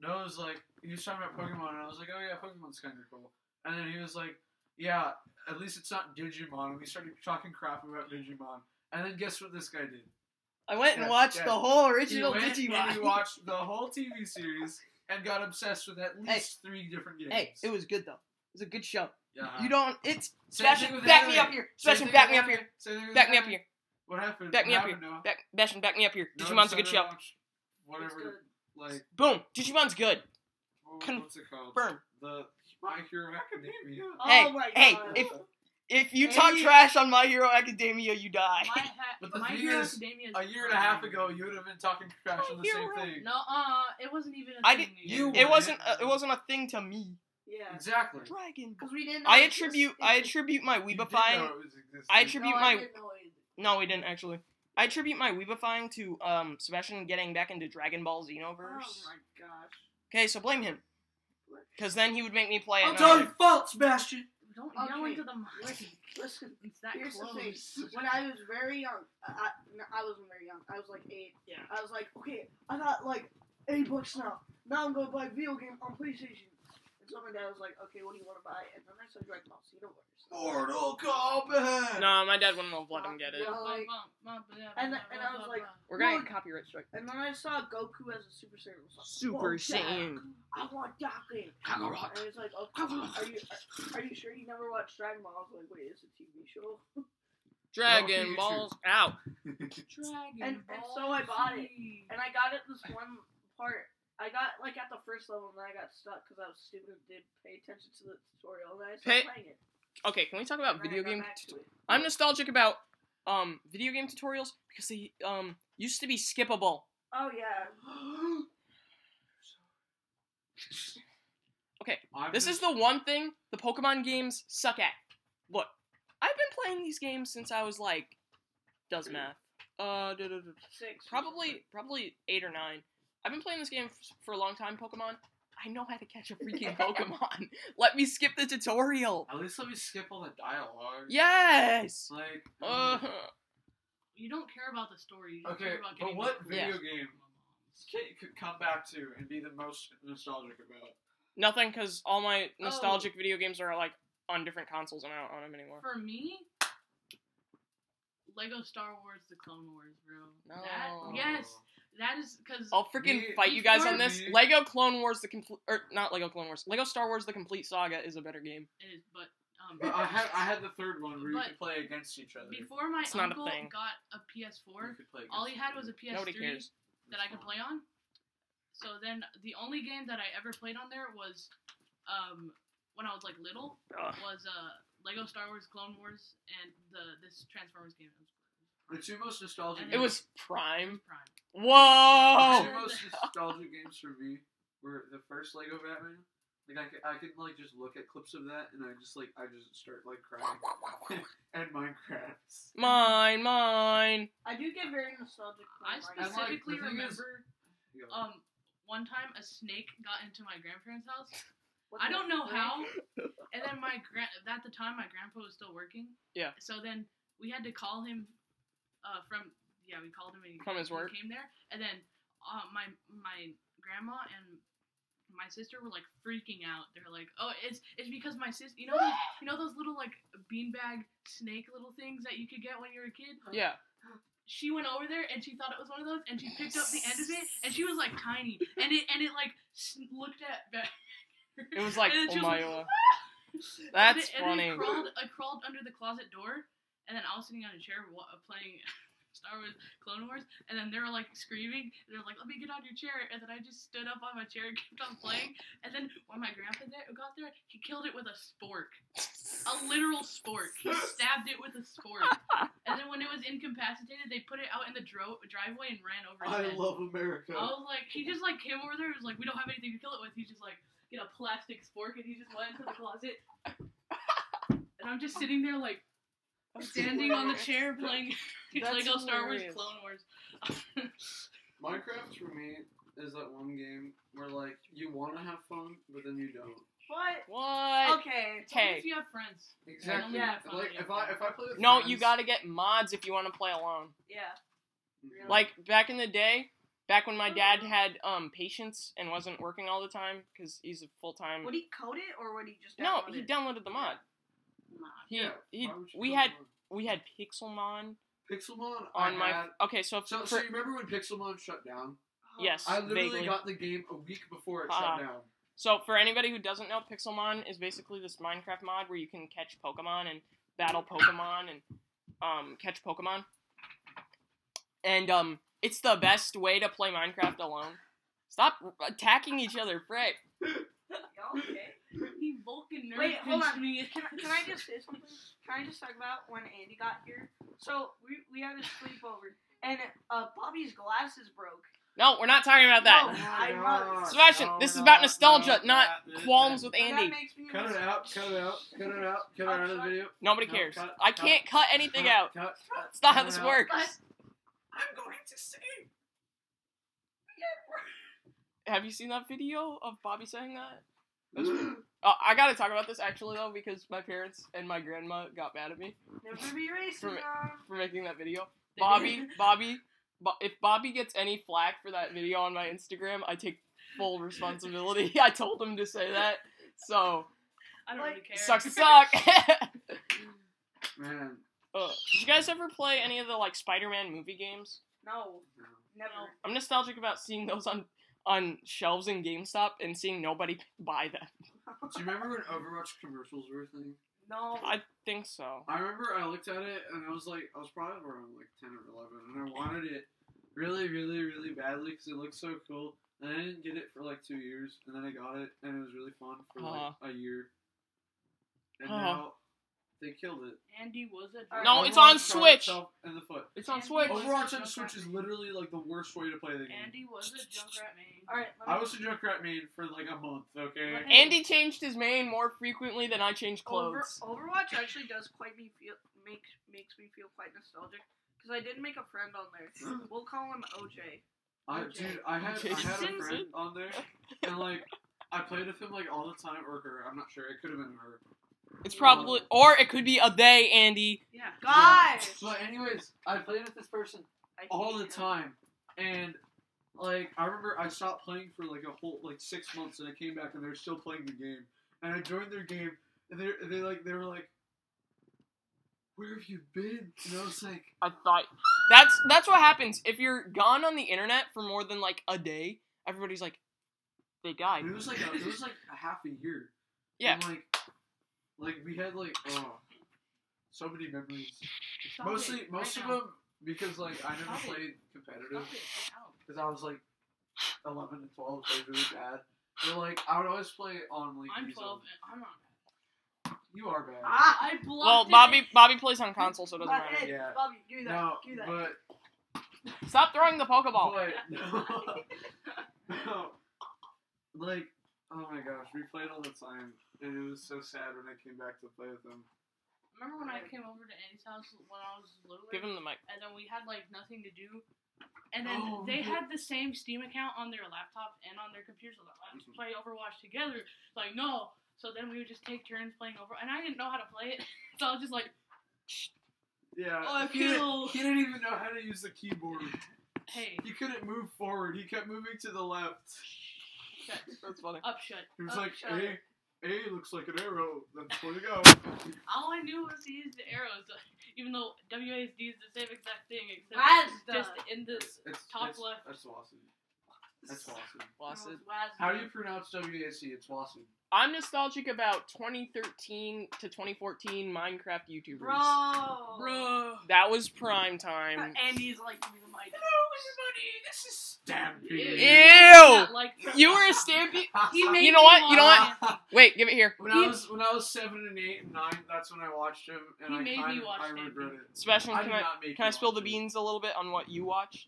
C: Noah was like he was talking about Pokemon, and I was like, oh yeah, Pokemon's kind of cool. And then he was like, yeah, at least it's not Digimon. And we started talking crap about Digimon. And then guess what this guy did?
A: I went and
C: Yes,
A: watched
C: yes.
A: the whole
C: He
A: original
C: went and he
A: Digimon.
C: watched the whole TV series and got obsessed with at least three different games.
A: Hey, it was good though. It was a good show.
C: Yeah.
A: You don't. It's
C: Uh, Same thing
A: Sebastian.
C: with
A: Back
C: anime.
A: me up here.
C: Same
A: Sebastian,
C: thing
A: back
C: with
A: me up
C: anime.
A: here.
C: Same thing with
A: Back me up
C: anime.
A: here.
C: What happened?
A: Back me
C: What
A: up here.
C: happened, Noah?
A: Back, Sebastian, back me up here.
C: Noah
A: Digimon's a good
C: decided
A: show.
C: to watch
B: It's
C: Whatever,
B: good.
C: like,
A: Boom. Digimon's good.
C: what-
A: Con-
C: what's it called?
A: Burn.
C: The My Hero Academia.
A: Hey,
B: oh my god.
A: hey, if if you talk
C: Hey.
A: trash on My Hero Academia, you die.
D: My, ha-
C: But the
D: my
C: thing
D: Hero
C: is,
D: Academia is
C: A year and a half
D: fine.
C: ago, you would have been talking trash on the same thing.
D: No, uh, it wasn't even. I
A: I
D: thing
C: didn't- you
D: yet.
A: It wasn't. A, it wasn't a thing to me.
B: Yeah.
C: Exactly.
A: Dragon. Ball.
B: Because we didn't. know
A: I
B: it existed.
A: attribute. I attribute my
C: You did know
A: weebifying.
C: it was existing.
A: I attribute
B: No, I
A: my.
B: didn't know it.
A: No, we didn't actually. I attribute my weebifying to um Sebastian getting back into Dragon Ball Xenoverse.
B: Oh my gosh.
A: Okay, so blame him. Because then he would make me play it.
J: It's
A: and
J: all
A: I
J: your fault, Sebastian.
D: Don't
B: Okay.
D: yell into the mic.
B: Listen,
D: It's that
B: here's the thing.
D: close.
B: When I was very young, I, I, no, I wasn't very young. I was like eight.
K: Yeah.
B: I was like, okay, I got like eight bucks now. Now I'm gonna buy a video game on PlayStation. And so my dad was like, okay, what do you want to buy? And then I said Dragon Ball Xenoverse.
C: Mortal Kombat.
A: No, my dad wouldn't have let him get it.
B: Yeah.
D: Bum,
B: like-
D: bum, bum, bum,
B: And
D: bum,
B: and
D: bum,
B: I was
D: bum,
B: like,
D: bum.
A: We're gonna
B: Look.
A: get copyright strike.
B: and then I saw Goku as a Super Saiyan. I was like,
A: Super
B: "Whoa, Dad,
A: Saiyan.
B: I want Dragon. And he was like, okay, are you are, are you sure you never watched Dragon Ball? I was like, wait, it's a TV show.
C: Okay,
A: Dragon
C: you
A: Balls out.
D: Dragon
B: And- and
D: Ball
B: so I bought it.
D: Z.
B: And I got it this one part. I got like at the first level, and then I got stuck because I was stupid and didn't pay attention to the tutorial, and I
A: Pay-
B: started playing it.
A: Okay, can we talk
B: And
A: about
B: then
A: video
B: I got
A: game?
B: back to
A: tut-
B: it.
A: I'm nostalgic about um video game tutorials because they um used to be skippable.
B: Oh yeah.
C: I'm
A: This
C: just-
A: is the one thing the Pokemon games suck at. Look, I've been playing these games since I was like, does math. Uh, duh, duh, duh.
B: Six. or
A: probably probably eight or nine. I've been playing this game f- for a long time, Pokemon. I know how to catch a freaking Pokemon. Let me skip the tutorial.
C: At least let me skip all the dialogue. It's
A: Yes.
C: Like.
A: Uh,
D: You don't care about the story. You just
C: Okay,
D: care about
C: but
D: getting
C: what
D: the-
C: video game? Kate could come back to and be the most nostalgic about.
A: nothing, because all my nostalgic video games are like on different consoles, and I don't own them anymore.
D: For me, Lego Star Wars: The Clone Wars, bro. That,
A: No.
D: Oh.
A: Oh.
D: yes, that is because
A: I'll freaking
C: Me-
A: fight you guys
C: before
A: on this.
C: me-
A: Lego Clone Wars: The Complete, or not Lego Clone Wars, Lego Star Wars: The Complete Saga is a better game.
D: it is. But um,
C: But I had I had the third one where you
D: But-
C: could play against each other.
D: before my
A: It's not a
D: uncle
A: thing.
D: got a
C: You
D: PS4,
C: could play
D: all he
C: against
D: had
C: each
D: was a
C: other.
D: PS3
A: Nobody cares.
D: that I could play on. So then the only game that I ever played on there was um, when I was like little
A: Ugh.
D: was uh, Lego Star Wars Clone Wars and the this Transformers game.
C: The two most nostalgic.
D: And
A: It
C: games-
A: was Prime.
D: Prime.
C: The
A: Whoa.
C: two most nostalgic games for me were the first Lego Batman. Like I could, I could like just look at clips of that and I just like I just start like crying. and Minecraft.
A: Mine, mine.
B: I do get very nostalgic. for
D: I
B: Mario.
D: specifically
C: the thing is-
D: remember
C: Yeah.
D: um one time a snake got into my grandparents' house.
B: What
D: I
B: the
D: don't know
B: frick?
D: how. And then my gra- at the time my grandpa was still working.
A: Yeah.
D: So then we had to call him uh, from yeah we called him and he-
A: From his
D: he
A: work.
D: came there and then uh, my my grandma and my sister were like freaking out. They're like, oh it's it's because my sister you know those, you know those little like beanbag snake little things that you could get when you were a kid.
A: Yeah.
D: she went over there and she thought it was one of those and she picked up the end of it and she was like tiny and it and it like s- looked at Ba-
A: It was like oh
D: And then she was like,
A: Omayola.
D: and
A: That's
D: it- and
A: funny.
D: it crawled, I crawled under the closet door and then I was sitting on a chair wa- uh, playing Star Wars Clone Wars and then they were like screaming and they were like let me get on your chair and then I just stood up on my chair and kept on playing and then when my grandpa there, got there he killed it with a spork a literal spork he stabbed it with a spork and then when it was incapacitated they put it out in the dro- driveway and ran over his
C: I
D: head.
C: love America.
D: I was like, he just like came over there. and was like, we don't have anything to kill it with. He just like get a plastic fork and he just went into the closet. and And I'm just sitting there like standing on the chair playing
A: That's
D: Lego Star Wars
A: hilarious.
D: Clone Wars.
C: Minecraft for me is that one game where like you want to have fun, but then you don't.
B: What?
A: What?
B: okay.
D: It's only
A: Hey.
D: If you have friends.
C: Exactly.
D: Yeah, fun,
C: like
D: yeah.
C: if I if I play with
A: No,
C: friends,
A: you gotta get mods if you want to play alone.
B: Yeah.
A: Like back in the day, back when my dad had um patience and wasn't working all the time because he's a full time.
B: Would he code it or would he just?
A: No,
B: download
A: he
B: it?
A: downloaded the mod. He,
C: Yeah,
A: he
C: why would you
A: we
C: play
A: had
C: alone?
A: we had Pixelmon
C: Pixelmon I
A: on my
C: had-
A: okay. So,
C: So,
A: for,
C: so you remember when Pixelmon shut down?
B: Oh.
A: yes.
C: I literally
A: Vaguely.
C: got the game a week before it
A: Ah.
C: shut down.
A: so for anybody who doesn't know, Pixelmon is basically this Minecraft mod where you can catch Pokemon and battle Pokemon and um catch Pokemon. And um, it's the best way to play Minecraft alone. Stop attacking each other, frick.
B: Okay.
D: He Vulcan nerd
B: Wait, hold
D: pinched
B: on.
D: me.
B: Can, I- can I just say something? Can I just talk about when Andy got here? So we, we had a sleepover, and uh, Bobby's glasses broke.
A: No, we're not talking about that.
B: No, I know.
A: Sebastian,
C: No,
A: this is
C: no,
A: about
C: no,
A: nostalgia,
C: no,
A: not
C: no, no.
A: qualms with
B: And that
A: Andy.
B: makes me
C: Cut it out! Cut it out! Cut it out! Cut it out of the video.
A: Nobody
C: No,
A: cares.
C: cut,
A: I
C: cut,
A: can't cut anything
C: cut,
A: out.
C: Cut, cut,
A: It's not
C: cut
A: how
C: it
A: this
C: out.
A: works.
C: I'm going to save.
A: Have you seen that video of Bobby saying that? Uh, I gotta talk about this actually though because my parents and my grandma got mad at me
B: Never be
A: From
B: racist.
A: it.
B: um,
A: for making that video. Bobby, Bobby, Bo- if Bobby gets any flack for that video on my Instagram, I take full responsibility. I told him to say that, so
D: I don't
B: Like,
D: really care.
A: sucks to suck.
C: Man,
A: Uh, did you guys ever play any of the like Spider-Man movie games?
B: No,
C: no.
B: never.
A: I'm nostalgic about seeing those on on shelves in GameStop and seeing nobody buy them.
C: do you remember when Overwatch commercials were a thing?
B: No.
A: I think so.
C: I remember I looked at it and I was like, I was probably around like ten or eleven, and I wanted it really, really, really badly because it looked so cool. And I didn't get it for like two years, and then I got it, and it was really fun for like a year. And
A: Uh-huh.
C: now they killed it.
D: Andy was a
B: No,
D: drunk.
A: it's on
C: Overwatch shot
A: Switch.
C: itself In the foot.
A: It's
D: on
A: on
D: And Switch.
A: Switch.
D: Well,
C: Overwatch on
D: Junkrat
C: Switch is
D: main.
C: literally like the worst way to play the game.
D: Andy was a Junkrat man.
B: All right. Let me,
C: I was a Junkrat main for like a month. Okay.
D: Let me-
A: Andy changed his mane more frequently than I changed
B: Over,
A: clothes.
B: Overwatch actually does quite me feel makes makes me feel quite nostalgic because I did make a friend on there. We'll call him OJ.
C: I
B: Okay.
C: dude, I had I had a
A: Jason.
C: friend on there, and like I played with him like all the time, or her. I'm not sure. It could have been her.
A: It's probably, or it could be a they, Andy.
D: Yeah.
B: Guys.
C: But anyways, I played with this person
B: I
C: all
B: hate
C: the
B: him.
C: time, and like I remember I stopped playing for like a whole like six months, and I came back and they were still playing the game, and I joined their game, and they they like they were like, "Where have you been?" And I was like,
A: I thought that's that's what happens if you're gone on the internet for more than like a day. Everybody's like, they died.
C: and it was like a, it was like a half a year.
A: Yeah.
C: And, like, like we had like oh, so many memories.
D: Stop
C: Mostly,
D: it,
C: most
D: right
C: of
D: now.
C: them because like I never
D: Stop it.
C: played competitive
D: Stop it, get out.
C: because I was like eleven and twelve, played really bad. But like I would always play on like.
D: I'm
C: these
D: 12
C: old-
D: and I'm not.
C: You are bad.
B: Ah,
D: I blocked
A: Well,
D: it.
A: Bobby Bobby plays on console, so it doesn't
B: but,
A: matter.
B: hey,
C: Yeah.
B: Bobby, do that.
C: no,
B: do that.
C: but
A: Stop throwing the Pokeball.
C: but no, no, like oh my gosh, we played all the time, and it was so sad when I came back to play with them.
D: Remember when I came over to Andy's house when I was little?
A: Give him the mic.
D: and then we had like nothing to do. And then
C: Oh,
D: they
C: yeah.
D: had the same Steam account on their laptop and on their computer, so like, let's
C: Mhm.
D: play Overwatch together. Like no, so then we would just take turns playing over, and I didn't know how to play it, so I was just like,
C: Yeah.
D: Oh,
C: he, didn't,
D: cool.
C: he didn't even know how to use the keyboard.
D: hey,
C: He couldn't move forward. He kept moving to the left.
D: shut,
A: That's funny.
D: upshut.
C: He was
B: Oh,
C: like,
B: shut
C: A, A looks like an arrow. That's where to go.
D: All I knew was to use the arrows, even though WASD is the same exact thing, except
B: Mazda.
D: just in the top left.
C: That's Wasson. That's Wasson.
A: Blasted.
C: How do you pronounce WAC? It's Wasson.
A: I'm nostalgic about 2013 to 2014 Minecraft YouTubers.
B: Bro.
D: bro?
A: That was prime time.
B: Andy's like, give me the mic.
C: This is Stampede.
A: Ew.
D: Like
A: You were a stampy.
D: He made
A: You know what?
D: me
A: You know what?
D: watch it.
A: Wait, give it here.
C: When I was when I was seven and eight and nine, that's when I watched him, and
D: He
C: I
D: made
C: kind
D: me
C: of
D: watch
C: I
D: Stampede.
C: regret it.
A: Sebastian,
C: I
A: can
C: did
A: I
C: not make.
A: can I
C: you
A: spill
C: watch
A: the
C: it.
A: beans a little bit on what you watched?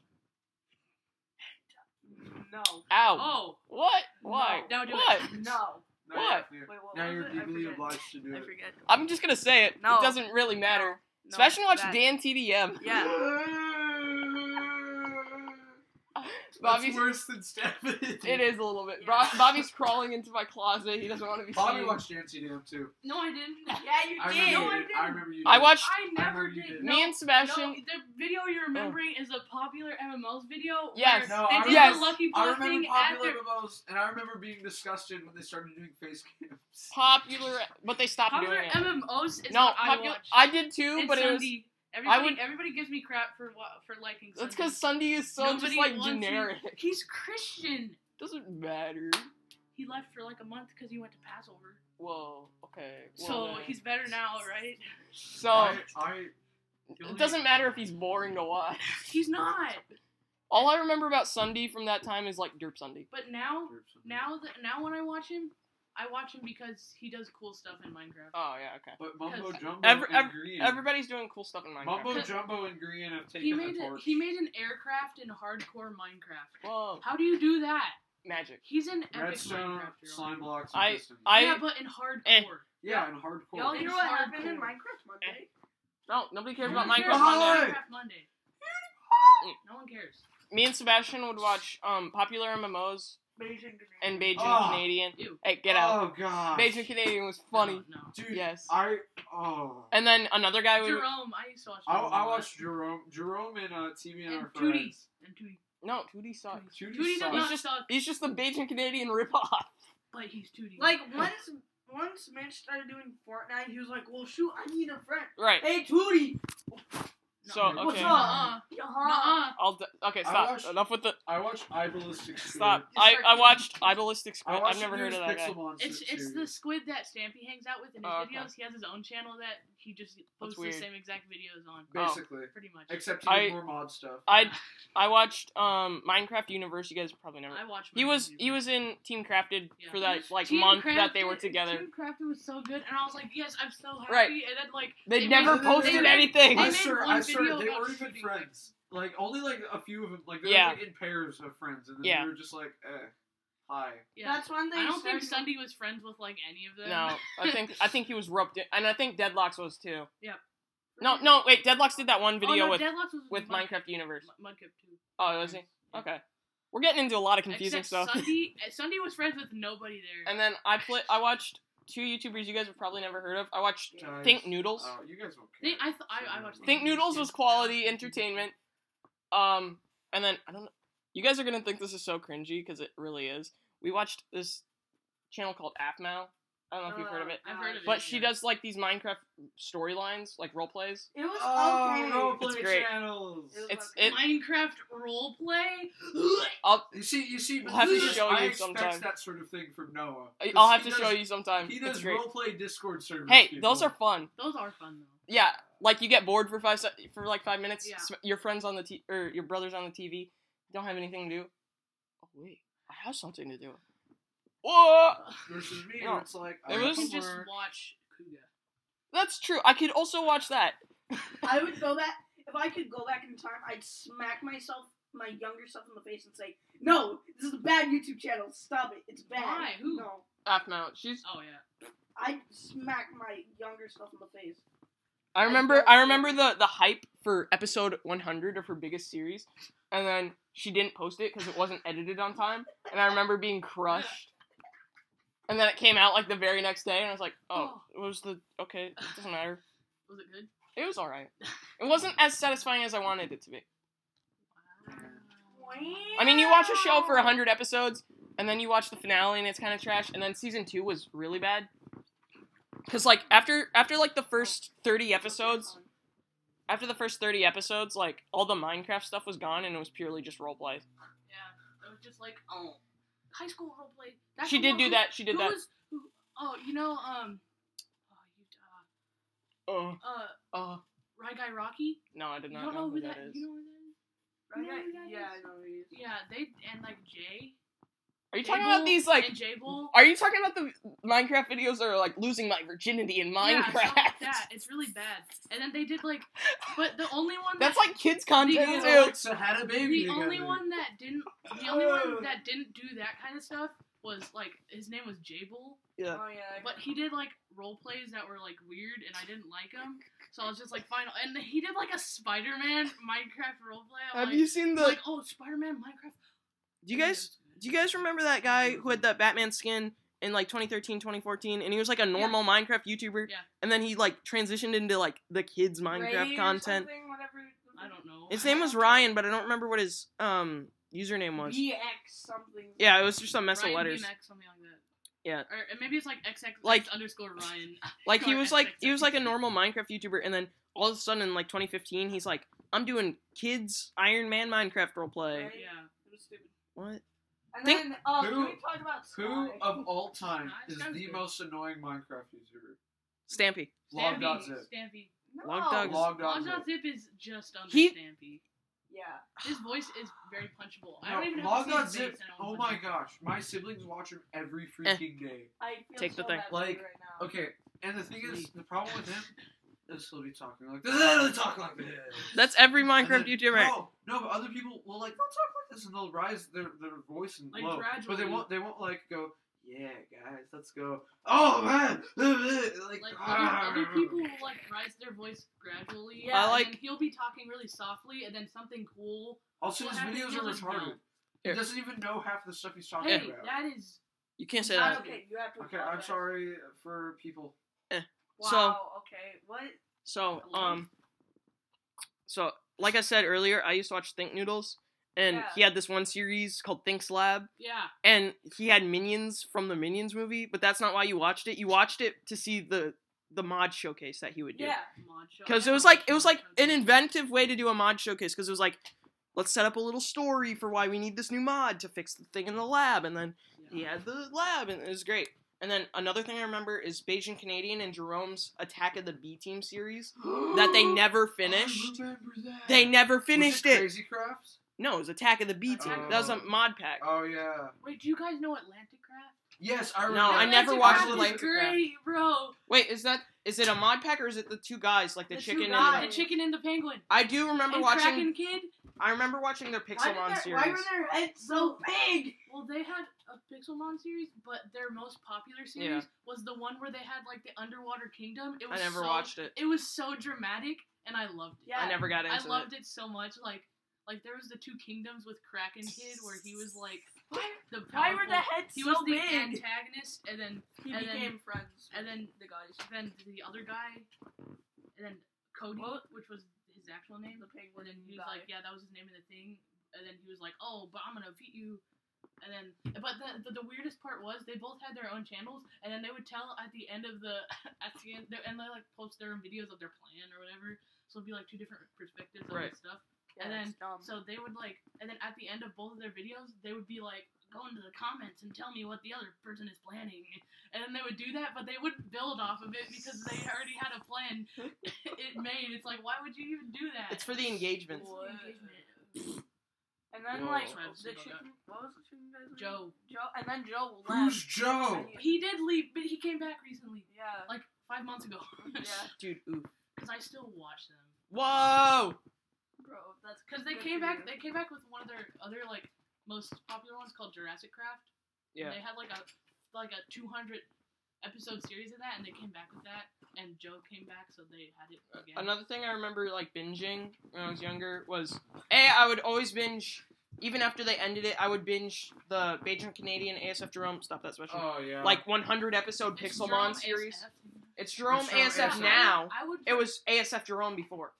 B: No.
A: Ow.
D: Oh,
A: What? Why?
C: Oh.
D: No, do
A: what?
D: it.
B: No.
C: No, Now you
A: What?
C: have to-
B: Wait, what
C: Now
B: was
C: you're
B: it? I
C: legally
B: forget.
C: obliged to do
B: I
C: it.
B: forget.
A: I'm just gonna say it.
B: No.
A: It doesn't really matter.
B: No,
A: Smash and watch
B: that-
A: Dan TDM.
B: Yeah.
C: That's
A: Bobby's
C: worse than stabbing.
A: it is a little bit.
D: Yeah.
A: Bob- Bobby's crawling into my closet. He doesn't want to be
C: Bobby
A: seen.
C: watched Nancy Dam too.
D: No, I didn't.
B: you
C: I
D: did. No, I
C: remember. you did. I
D: didn't.
C: remember you.
A: I
C: did.
A: watched
D: I never
C: remember you
D: did.
C: did.
D: No,
A: me and Sebastian.
D: No, the video you're remembering is a popular MMOs video.
A: Oh. Yes.
D: where
C: No, I
D: they did
A: remember-
D: the Lucky
C: I
D: Block
C: remember
D: thing at
C: popular
D: their
C: MMOs, and I remember being disgusted when they started doing face cams.
A: popular, but they stopped
D: popular
A: doing it.
D: MMOs. Is
A: no,
D: what I
A: popular.
D: watched.
A: I, did too,
D: And
A: but it was
D: Sunday. Everybody,
A: would-
D: everybody gives me crap for what for liking.
A: that's
D: Sunday.
A: because Sunday is so
D: Nobody
A: just like
D: wants him.
A: generic.
D: he's Christian.
A: Doesn't matter.
D: He left for like a month because he went to Passover.
A: Whoa. Okay.
D: so
A: well then.
D: he's better now, right?
A: so.
C: I, I, the only-
A: It doesn't matter if he's boring to watch.
D: He's not.
A: All I remember about Sunday from that time is like Derp Sunday.
D: But now, now that now when I watch him, I watch him because he does cool stuff in Minecraft.
A: Oh yeah, okay.
C: But Mumbo
D: Because-
C: Jumbo
A: Every-
C: and Green.
A: Everybody's doing cool stuff in Minecraft.
C: Mumbo
D: Because-
C: Jumbo and Green have taken
D: he made
C: the
D: a,
C: torch.
D: he made an aircraft in hardcore Minecraft.
A: Whoa,
D: How do you do that?
A: magic.
D: He's in epic
C: Redstone,
D: Minecraft. you're
C: slime
D: on.
C: blocks,
A: I-
C: and pistons.
A: I-
D: yeah, but in hardcore.
A: Eh.
C: yeah, and hardcore.
D: Y'all
B: You
D: It's
B: know what
D: hardcore.
B: happened in Minecraft Monday?
A: No, nobody cares
C: Who
A: about
D: Who cares
A: Minecraft.
D: about
C: Monday.
D: Minecraft Monday. No one cares.
A: Me and Sebastian would watch um popular MMOs
B: Beijing.
A: and Beijing
C: Oh.
A: Canadian.
D: Ew.
A: Hey, get out.
C: Oh god.
A: Beijing Canadian was funny.
D: No. no.
C: Dude,
A: Yes.
C: I oh.
A: And then another guy we
D: Jerome, I used to watch.
C: I,
D: Jerome a
C: I
D: lot.
C: watched Jerome Jerome and uh, TV and,
D: and
C: our
D: Tootie
C: friends.
D: and Tootie.
A: no, 2D sucks.
C: Tootie
D: Tootie does
C: sucks.
D: not
A: just-
D: suck,
A: He's just the Beijing Canadian ripoff.
D: but he's Tootie.
B: Like once, once Mitch started doing Fortnite, he was like, "Well, shoot, I need a friend."
A: Right.
B: Hey, Tootie.
A: So
C: No.
B: What's
A: okay,
B: up?
D: Uh-uh.
B: Uh-huh.
D: Uh-uh.
A: I'll d- okay
C: I
A: stop.
C: watched-
A: Enough with the
C: I watched Iballistic
A: stop.
B: Just
A: I
B: start-
A: I watched Iballistic
C: I
A: Squid.
C: watched
A: I've never
C: the
A: heard of that
C: newest
A: guy.
C: Pixel Monster
D: It's it's the
C: series.
D: squid that Stampy hangs out with in his
A: Oh, okay.
D: videos. He has his own channel that he just posts the
A: weird.
D: same exact videos on.
A: Oh.
C: basically,
D: Pretty much.
C: except he
A: I-
C: did more mod stuff.
A: I I watched um Minecraft Universe. You guys probably never.
D: I watch.
A: He
D: my
A: was
D: videos.
A: he was in Team Crafted
D: Yeah.
A: for that like
D: Team
A: month that they
D: Crafted-
A: were together.
D: Team Crafted was so good, and I was like, yes, I'm so happy.
A: Right.
D: And then like
A: They,
D: They
A: never
C: made- they
A: posted
C: made-
A: anything.
C: I
D: made
C: swear,
D: one
C: I swear,
D: video
C: they
D: about
C: weren't even
D: shooting
C: friends. Like only like a few of them, like they
A: Yeah.
C: were like, in pairs of friends, and then
A: Yeah.
C: they were just like, eh, hi.
D: yeah.
B: That's when they.
D: I don't think
B: started-
D: Sunday was friends with like any of them. Oh,
A: no, I think I think he was roped in, and I think Deadlocks was too.
D: Yep.
A: No, no, wait. Deadlocks did that one
D: Oh,
A: video
D: no,
A: with
D: Deadlocks was
A: with
D: Mud-
A: Minecraft Universe.
D: Mud- Mudkip too.
A: Oh, was he? Okay. We're getting into a lot of confusing
D: Except
A: stuff.
D: Sunday, eh, Sunday was friends with nobody there.
A: And then I play. I watched two YouTubers you guys have probably never heard of. I watched
C: Guys,
A: Think Noodles.
C: Oh, you guys don't care.
D: Think- I th- I- I watched
A: Think Noodles was quality entertainment. Um, and then I don't know. You guys are gonna think this is so cringy because it really is. We watched this channel called AFMOW. I don't know if you've heard of it,
D: I've heard of it.
A: but she
D: yeah.
A: does like these Minecraft storylines, like role plays.
B: It was
C: Oh,
B: okay.
C: roleplay
A: It's great.
C: channels.
B: It was
A: It's
B: okay.
A: it.
D: Minecraft roleplay.
C: You see, you see,
A: I'll have to
C: this is-
A: show you
C: I expect
A: sometime.
C: that sort of thing from Noah.
A: I-
C: 'cause
A: I'll have
C: he
A: to show
C: does-
A: you sometime.
C: He
A: It's
C: does
A: great.
C: roleplay Discord servers.
A: Hey,
C: people.
A: those are fun.
D: Those are fun though.
A: Yeah, like you get bored for five se- for like five minutes.
D: Yeah.
A: sm- Your friends on the t- or your brothers on the TV don't have anything to do. Oh wait, I have something to do. Whoa,
C: versus me.
A: No.
C: It's like
A: There
C: I
A: was-
D: You
C: come
D: can just
C: work-
D: watch Kuga.
A: that's true. I could also watch that.
B: I would go back if I could go back in time. I'd smack myself, my younger self, in the face and say, "No, this is a bad YouTube channel. Stop it. It's bad."
D: Why? Who?
B: No,
A: Afmount. She's
D: Oh yeah.
B: I'd smack my younger self in the face.
A: I
B: I
A: remember
B: don't
A: I
B: see
A: remember
B: it.
A: the the hype for episode 100 of her biggest series and then she didn't post it cuz it wasn't edited on time and I remember being crushed. And then it came out like the very next day and I was like, "Oh, it was the okay, it doesn't matter.
D: Was it good?
A: It was all right. It wasn't as satisfying as I wanted it to be." I mean, you watch a show for 100 episodes and then you watch the finale and it's kind of trash and then season 2 was really bad. Cuz like after after like the first 30 episodes after the first 30 episodes, like all the Minecraft stuff was gone and it was purely just roleplay.
D: Yeah. It was just like oh, high school roleplay. That's
A: She
D: the
A: did
D: one
A: do
D: who-
A: that. She
D: who
A: did that.
D: Was, who, oh, you know um, oh, you,
A: Oh,
D: uh, uh,
A: oh.
D: Ry Guy Rocky.
A: No, I did
D: You
A: not
D: don't
A: know, who
D: that.
A: that is.
D: You know who that is?
B: Right?
D: You know who that
B: Yeah,
D: is?
B: I know who he is.
D: Yeah, they and like Jay.
A: Are you talking about these, like,
D: and Jable?
A: Are you talking about the Minecraft videos that are like losing my virginity in
D: Yeah,
A: Minecraft?
D: something like that. It's really bad. And then they did like, but the only one
A: That's
D: that,
A: like kids
D: Yeah.
A: content
C: And
A: too.
C: Alexa had a baby
D: the
C: together.
D: only one that didn't the only one that didn't do that kind of stuff was like his name was Jable,
A: Yeah.
B: Oh, yeah.
D: but he did like role plays that were like weird and I didn't like them. So I was just like, fine. And he did like a Spider-Man Minecraft role play. I'm
A: Have
D: like,
A: you seen the?
D: like, oh, Spider-Man Minecraft.
A: do you guys do you guys remember that guy who had that Batman skin in like 2013, 2014, and he was like a normal Minecraft YouTuber?
D: Yeah.
A: And then he like transitioned into like the kids Minecraft
B: Ray or
A: content.
B: something, whatever.
D: I don't know.
A: His name was Ryan, but I don't remember what his um username was.
B: VX something.
A: Yeah, it was just a mess
D: Ryan
A: of letters.
D: BMX, something like that.
A: Yeah.
D: Or and maybe it's like XX
A: Like-
D: underscore Ryan.
A: Like he
D: Or
A: was like he was like a
D: XXX.
A: normal Minecraft YouTuber, and then all of a sudden, in like 2015, he's like, I'm doing kids Iron Man Minecraft roleplay.
B: Right.
D: Yeah.
B: It was stupid.
A: What?
B: And
A: Think-
B: then, uh,
C: Who-
B: can we talk about Sky?
C: Who uh, of all time
D: Nice,
C: is
D: that was
C: the
D: good.
C: most annoying Minecraft YouTuber?
A: Stampy.
C: Log dot
D: Stampy.
C: zip.
D: Stampy.
B: No.
A: Log Dogs.
C: Log
D: Log
C: dot
D: dot
C: zip.
D: zip is just under
A: He-
D: Stampy.
B: Yeah.
D: His voice is very punchable. I
C: No,
D: don't even have
C: Log
D: to see
C: dot
D: his face
C: zip.
D: and I
C: Oh
D: won't
C: my
D: punch him.
C: gosh, my siblings watch him
A: Eh.
C: every freaking day.
B: I feel
A: Take
B: so
A: the thing.
B: bad for
C: Like,
B: you right now.
C: Okay, and the thing is, the problem with him is he'll be talking like this. They'll talk like this.
A: That's every
C: And
A: Minecraft
C: then-
A: YouTuber.
C: No, no, but other people will like they'll talk like this and they'll rise their their voice and
D: Like,
C: low, but
D: gradually.
C: they won't they won't like go. Yeah, guys, let's go. Oh man, like,
D: Like
C: "Ah."
D: other, other people will like rise their voice gradually.
B: Yeah,
A: I
D: and
A: like-
D: then he'll be talking really softly, and then something cool.
C: Also,
D: What
C: his
D: happened?
C: videos
D: He
C: are
D: was like,
C: retarded.
D: no.
C: He
A: Here.
C: doesn't even know half the stuff he's talking
D: Hey,
C: about.
D: that is
A: You can't say
B: Not
A: that.
B: okay. You have to.
C: Okay, I'm
B: apologize.
C: sorry for people.
B: Wow.
A: So-
B: okay. What?
A: So,
D: Hello.
A: um, so like I said earlier, I used to watch Think Noodles, and
B: Yeah.
A: he had this one series called Thinks Lab,
D: yeah.
A: and he had minions from the Minions movie, but that's not why you watched it. You watched it to see the the mod showcase that he would do.
B: Yeah.
D: Mod show.
A: Because
D: I
A: it was
D: love
A: like it was like
D: mod shows.
A: an inventive way to do a mod showcase. Because it was like, let's set up a little story for why we need this new mod to fix the thing in the lab, and then he had the lab, and it was great. And then another thing I remember is Beijing Canadian and Jerome's Attack of the B Team series that they never finished.
C: I remember that.
A: They never
C: Was
A: finished it.
C: Crazy Crafts?
A: No, it was Attack of the B Team. that was a
C: Oh.
A: mod pack.
C: Oh yeah.
D: Wait, do you guys know Atlantic Craft?
C: Yes, I remember.
A: No, I
D: Atlantic
A: never watched
D: Craft is
C: Atlantic Craft.
D: Great, bro.
A: Wait, is that is it a mod pack or is it the two guys like the,
D: The two
A: chicken
D: guys-
A: and
D: the chicken and the penguin.
A: I do remember
D: and
A: watching.
D: Kraken Kid.
A: I remember watching their
B: Why, did
A: Pixelmon
B: their-
A: series.
B: why were their heads so big?
D: Well, they had a Pixelmon series, but their most popular series was the one where they had like the Underwater Kingdom. It
A: I
D: was
A: never
D: so,
A: watched it.
D: It was so dramatic, and I loved it.
B: Yeah.
A: I never got into
D: I
A: it.
D: loved it. so much. Like, like there was the two kingdoms with Kraken Kid, where he was like
B: Why,
D: the
B: why were
D: powerful-
B: the heads
D: he
B: so
D: was the
B: big?
D: antagonist, and then
B: he
D: and then-
B: became friends.
D: and then the guys, then the other guy, and then Cody, which was his actual name.
B: the penguin
D: And then he was
B: guy.
D: like, "Yeah, that was his name in the thing." And then he was like, "Oh, but I'm gonna beat you." And then, but the, the the weirdest part was they both had their own channels, and then they would tell at the end of the at the end, and they like post their own videos of their plan or whatever. So it'd be like two different perspectives on
A: Right.
D: this stuff.
B: yeah,
D: and then-
B: it's dumb.
D: So they would like, and then at the end of both of their videos, they would be like, go into the comments and tell me what the other person is planning. And then they would do that, but they wouldn't build off of it because they already had a plan it made. It's like, why would you even do that?
A: It's for the engagement.
B: What? and
A: Yo.
B: then like
D: Sorry, I was
B: the
D: thinking about
B: chicken. What was the chicken guy's name?
D: Joe.
B: Joe. And then Joe
C: Who's
B: left.
C: Joe?
B: And he-
D: He did leave, but he came back recently,
B: yeah.
D: like five months ago.
B: Yeah.
A: Dude, ooh.
D: Because I still watch them.
A: Whoa!
B: Bro, that's
D: Because they
B: good
D: came
B: for
D: back,
B: you.
D: they came back with one of their other like most popular ones called Jurassic Craft. And
A: Yeah.
D: They had like a like a 200 episode series of that, and they came back with that, and Joe came back, so they had it again.
A: Uh, Another thing I remember like binging when I was younger was A, I would always binge even after they ended it, I would binge the Beijing Canadian ASF Jerome stop that special.
C: Oh yeah.
A: like one hundred episode
D: It's Jerome
A: Pixelmon
D: ASF.
A: series. It's Jerome
C: It's
A: ASF
C: Jerome ASF.
A: now.
D: I would.
A: It was ASF Jerome before.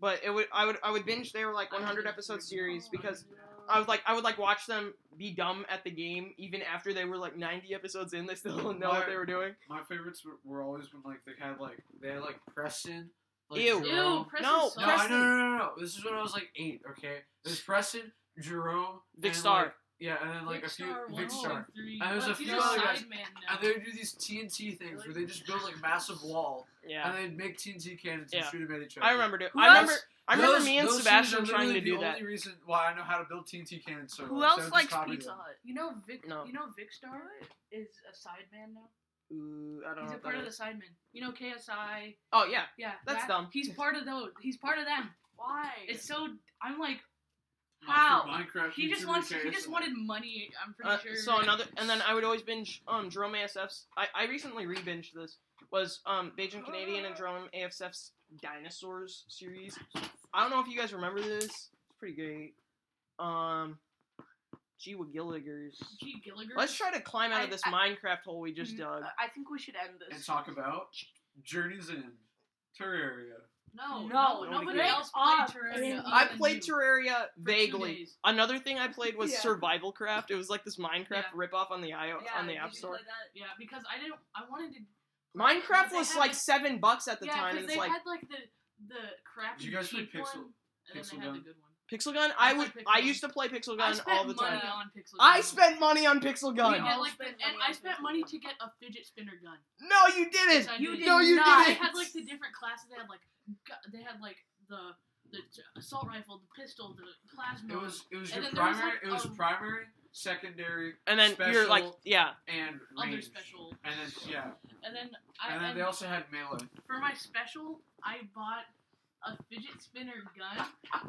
A: But it would I would I would binge their like one hundred episode series because I would like I would like watch them be dumb at the game even after they were like ninety episodes in, they still don't know what they were doing.
C: my favorites were, were always when like they had like they had like Preston. Like,
A: Ew.
C: Jerome.
D: Ew, Preston
A: No,
C: No,
D: sucks.
C: I,
A: Preston.
C: no, no, no, no. This is when I was like eight. Okay, it was Preston, Jerome,
A: Vic
C: and,
A: Starr.
C: like- yeah, and then like a few
D: Star,
C: Vic Star.
D: Three.
C: And there's
D: Well,
C: a
D: she's
C: few
D: a
C: other guys-
D: sideman now.
C: And they would do these TNT things where they just build like a massive wall
A: Yeah,
C: and they'd make TNT cannons and
A: Yeah.
C: shoot them at each other.
A: I remember. Do-
C: Who
A: I remember.
C: else-
A: I remember
C: those-
A: me and
C: those
A: Sebastian
C: things are
A: trying to
C: literally
A: do
C: the
A: that.
C: only reason why I know how to build TNT cannons so
K: Who
C: well,
K: else
C: so I just
K: likes
C: copy
K: Pizza
C: them.
K: Hut?
D: You know, Vic.
A: No.
D: You know, Vic Star is a sideman now.
A: Ooh, I don't know.
D: He's a
A: What that
D: part of the
A: is.
D: sidemen. You know, KSI.
A: Oh yeah,
D: Yeah,
A: That's
D: that-
A: dumb.
D: He's part of those. He's part of them.
K: Why?
D: It's so. I'm like,
C: Not for
D: Wow.
C: Minecraft
D: he just
C: YouTuber
D: wants. He just
C: KSI.
D: wanted money. I'm pretty
A: Uh,
D: sure.
A: so another, and then I would always binge um Jerome ASF's. I, I recently re-binged this. Was um Beijing Canadian and Jerome ASF's Dinosaurs series. I don't know if you guys remember this. It's pretty great. Um, gee, with Gilligers.
D: Gee, Gilliger.
A: Let's try to climb out of this
B: I- I-
A: Minecraft hole we just
B: Mm,
A: dug.
B: I think we should end this.
C: and talk about Journeys in Terraria.
D: No,
B: No,
D: no, nobody
C: nobody
D: else
B: else.
D: played Terraria.
B: I
A: I
D: other than
A: played
D: you.
A: Terraria
D: For two
A: vaguely.
D: days.
A: Another thing I played was
B: Yeah.
A: Survival Craft. It was like this Minecraft
D: Yeah.
A: ripoff on the IO
D: Yeah,
A: on the
D: did
A: App
D: you
A: Store.
D: play that? Yeah, because I didn't. I wanted to. But
A: Minecraft
D: they
A: was
D: had
A: like
D: this-
A: seven bucks at the
D: yeah,
A: time, and
D: because
A: it's
D: they
A: like
D: had like the the crap.
C: Did you guys play
D: cheap one,
C: Pixel-
D: And then
C: Pixel
D: they had
C: Gun?
D: the good one.
A: Pixel Gun.
D: I
A: I would.
D: played Pixel
A: I
D: Gun.
A: used to play Pixel
D: I
A: Gun
D: spent
A: all the
D: money
A: time.
D: on Pixel.
A: I
D: Gun.
A: spent money on Pixel
D: We
A: Gun.
D: get,
B: Yeah.
D: like, the,
B: Spent
D: and
B: money
D: I
B: on
D: spent
B: Pixel
D: money
B: Gun.
D: to get a fidget spinner gun.
A: No, you didn't.
D: Yes, I
B: You
D: did.
B: did
A: No, you
B: not.
D: They
A: didn't.
D: had like the different classes. They had like gu- they had like the the t- assault rifle, the pistol, the plasma.
C: It was it was
D: And
C: your
D: then there was,
C: primary.
D: like,
C: it was
D: um,
C: primary, secondary,
A: And then you're like,
C: Special.
A: yeah,
C: and
D: other
C: range.
D: special.
C: And then yeah,
D: And then I
C: and then
D: and
C: they also had melee.
D: for my special, I bought a fidget spinner gun.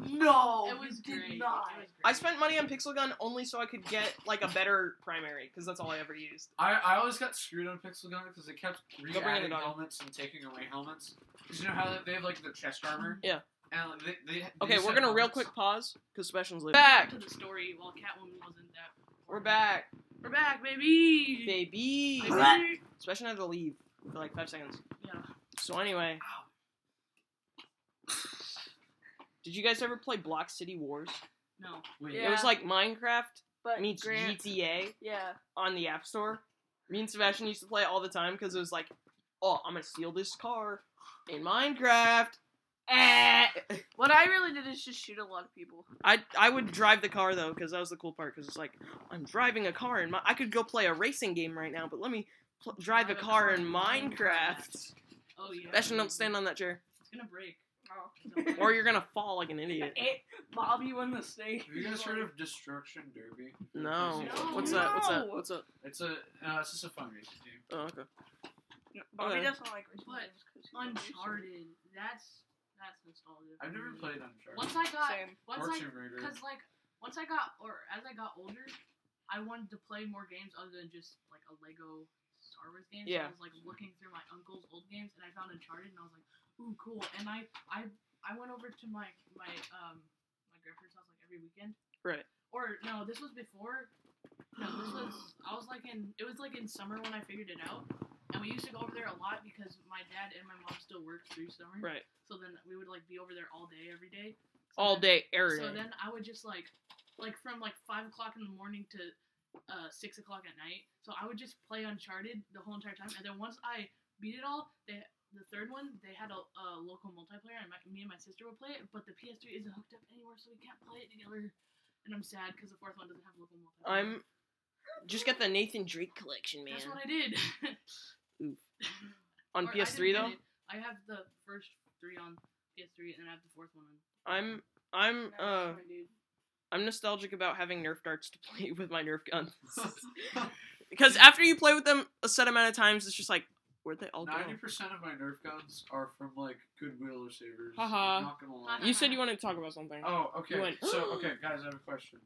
B: No,
D: It was
B: Oh, you did
D: great. It
B: not.
D: was great.
A: I spent money on Pixel Gun only so I could get like a better primary because that's all I ever used.
C: I, I always got screwed on Pixel Gun because they kept
A: bring in the
C: re-adding
A: dog.
C: helmets and taking away helmets. 'Cause you know how they have like the chest armor.
A: Yeah.
C: And like, they, they, they
A: Okay,
C: just
A: we're
C: had
A: gonna real
C: helmets.
A: quick pause because Sebastian's leaving. Back.
D: back to the story while Catwoman wasn't that.
A: We're back,
D: We're back, baby.
A: baby.
D: Baby.
A: Sebastian had to leave for like five seconds.
D: Yeah.
A: So anyway, did you guys ever play Block City Wars?
D: No.
C: Wait,
A: It
B: Yeah.
A: was like Minecraft
B: But
A: meets
B: Grant,
A: GTA
B: yeah,
A: on the App Store. Me and Sebastian used to play it all the time because it was like, oh, I'm gonna steal this car in Minecraft. Eh.
B: what I really did is just shoot a lot of people.
A: I I would drive the car though because that was the cool part because it's like I'm driving a car in my I could go play a racing game right now but let me pl- drive a car in Minecraft.
D: Oh yeah.
A: Sebastian, don't stand on that chair
D: It's gonna break.
B: Oh.
A: or you're gonna fall like an idiot.
B: It, Bobby won the snake.
C: Have you guys heard of Destruction Derby?
A: No.
D: No.
A: What's that? What's that?
B: No.
A: What's that?
C: It's a uh, it's just a fundraising game.
A: Oh, okay.
B: Bobby
A: Okay.
B: doesn't like racing
D: But
B: games 'cause he's
D: Uncharted. That's that's nostalgic.
C: I've never played Uncharted.
D: Once I got,
B: Same.
D: once
C: or
D: I,
C: Tomb Raider.
D: because Hmm. like once I got, or as I got older, I wanted to play more games other than just like a Lego Star Wars game.
A: Yeah.
D: So I was like looking through my uncle's old games, and I found Uncharted, and I was like, ooh, cool. And I, I, I went over to my my um my grandparents' house like every weekend.
A: Right.
D: Or no, this was before. No, this was I was like in it was like in summer when I figured it out, and we used to go over there a lot because my dad and my mom still worked through summer.
A: Right.
D: So then we would like be over there all day every day. So
A: All
D: then-
A: day every
D: So
A: day.
D: then I would just like, like from like five o'clock in the morning to uh, six o'clock at night. So I would just play Uncharted the whole entire time, and then once I beat it all, they the third one they had a, a local multiplayer, and my, me and my sister would play it. But the PS3 isn't hooked up anywhere, so we can't play it together. And I'm sad because the fourth one doesn't have local multiplayer.
A: I'm just get the Nathan Drake collection, man.
D: That's what I did.
A: Oof. On
D: Or I
A: PS3
D: didn't
A: though,
D: get it. I have the first three on PS3, and then I have the fourth one on.
A: I'm I'm
B: Nice,
A: uh
B: my dude.
A: I'm nostalgic about having Nerf darts to play with my Nerf guns. because after you play with them a set amount of times, it's just like, where'd they all go?
C: Ninety percent of my Nerf guns are from like Goodwill or Savers.
A: Haha.
C: Not gonna lie.
A: You said you wanted to talk about something.
C: Oh, okay.
A: You went,
C: so, okay, guys, I have a question.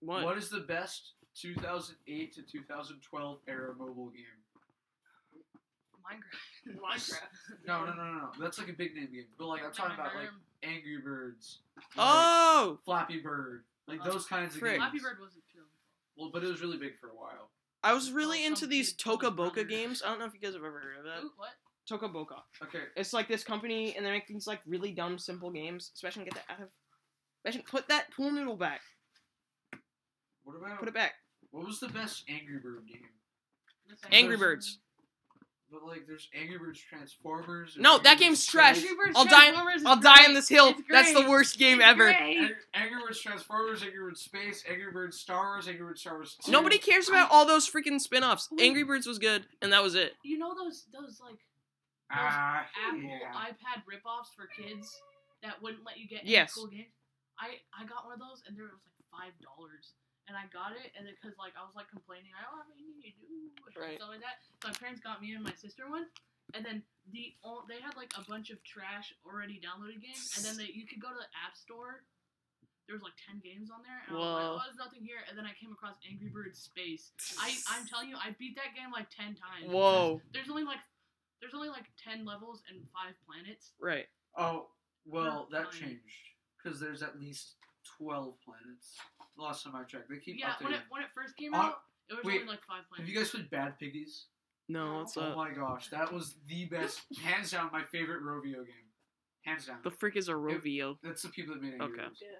A: what?
C: what is the best 2008 to 2012 era mobile game?
D: Minecraft.
B: Minecraft.
C: No, no, no, no, no. That's like a big name game. But like I'm talking about like Angry Birds, like,
A: Oh,
C: Flappy Bird, like those kinds of
A: Frick.
C: games.
D: Flappy Bird wasn't too.
C: Well, but it was really big for a while.
A: I was really
D: Well,
A: into
D: some
A: these
D: kid told
A: Toka
D: his brother.
A: Boca games. I don't know if you guys have ever heard of that.
D: Ooh, what?
A: Toka Boca.
C: Okay.
A: It's like this company, and they make these like really dumb, simple games. Sebastian, get that out of. Sebastian, put that pool noodle back.
C: What about
A: Put it back.
C: what was the best Angry Bird game?
D: That's
A: Angry
D: actually-
A: Birds.
C: but like there's Angry Birds Transformers. there's
A: No,
C: Angry
A: that
C: Birds
A: game's
C: Trans-
A: trash.
D: Angry Birds
A: I'll die-
D: Transformers is
A: I'll die on
D: great.
A: this hill.
D: It's
A: That's the
D: great.
A: worst game
D: It's
A: ever.
D: great.
C: Ang- Angry Birds Transformers, Angry Birds Space, Angry Birds Star Wars, Angry Birds Star Wars. 2.
A: Nobody cares about all those freaking spin-offs. Angry Birds was good, and that was it.
D: You know those those like
C: Ah,
D: Apple
C: yeah.
D: iPad rip-offs for kids that wouldn't let you get any
A: Yes.
D: cool games. I I got one of those and there it was like five dollars, and I got it and because like I was like complaining I don't have anything to do and
A: Right.
D: stuff like that. So my parents got me and my sister one, and then the o- they had like a bunch of trash already downloaded games, and then they, you could go to the app store. There was like ten games on there, and I was like,
A: Whoa.
D: "Oh, there's nothing here." And then I came across Angry Birds Space. I I'm telling you, I beat that game like ten times.
A: Whoa.
D: There's only like there's only like ten levels and five planets.
A: Right.
C: Oh, well, that
D: Fine.
C: changed because there's at least twelve planets. Last time I checked, they keep
D: yeah,
C: updating.
D: when it when it first came
C: Uh,
D: out, it was
C: wait,
D: only like five
C: Have
D: planets.
C: you guys played Bad Piggies?
A: No, uh, what's
C: oh
A: up?
C: my gosh, that was the best, hands down, my favorite Rovio game, hands down.
A: The frick is a Rovio.
C: That's the people that made Angry
A: Okay.
C: Birds.
B: Yeah.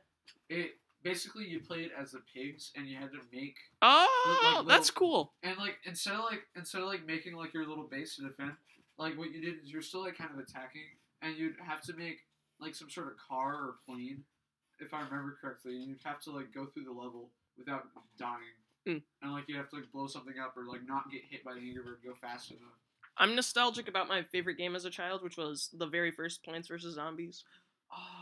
C: It basically you played as the pigs and you had to make Look
A: Oh,
C: like
A: that's
C: little-
A: cool.
C: and like instead of like instead of like making like your little base to defend, like what you did is you're still like kind of attacking and you'd have to make like some sort of car or plane, if I remember correctly, and you'd have to like go through the level without dying.
A: Mm.
C: And like you have to like blow something up or like not get hit by the Angry Bird, go fast enough.
A: I'm nostalgic about my favorite game as a child, which was the very first Plants vs Zombies.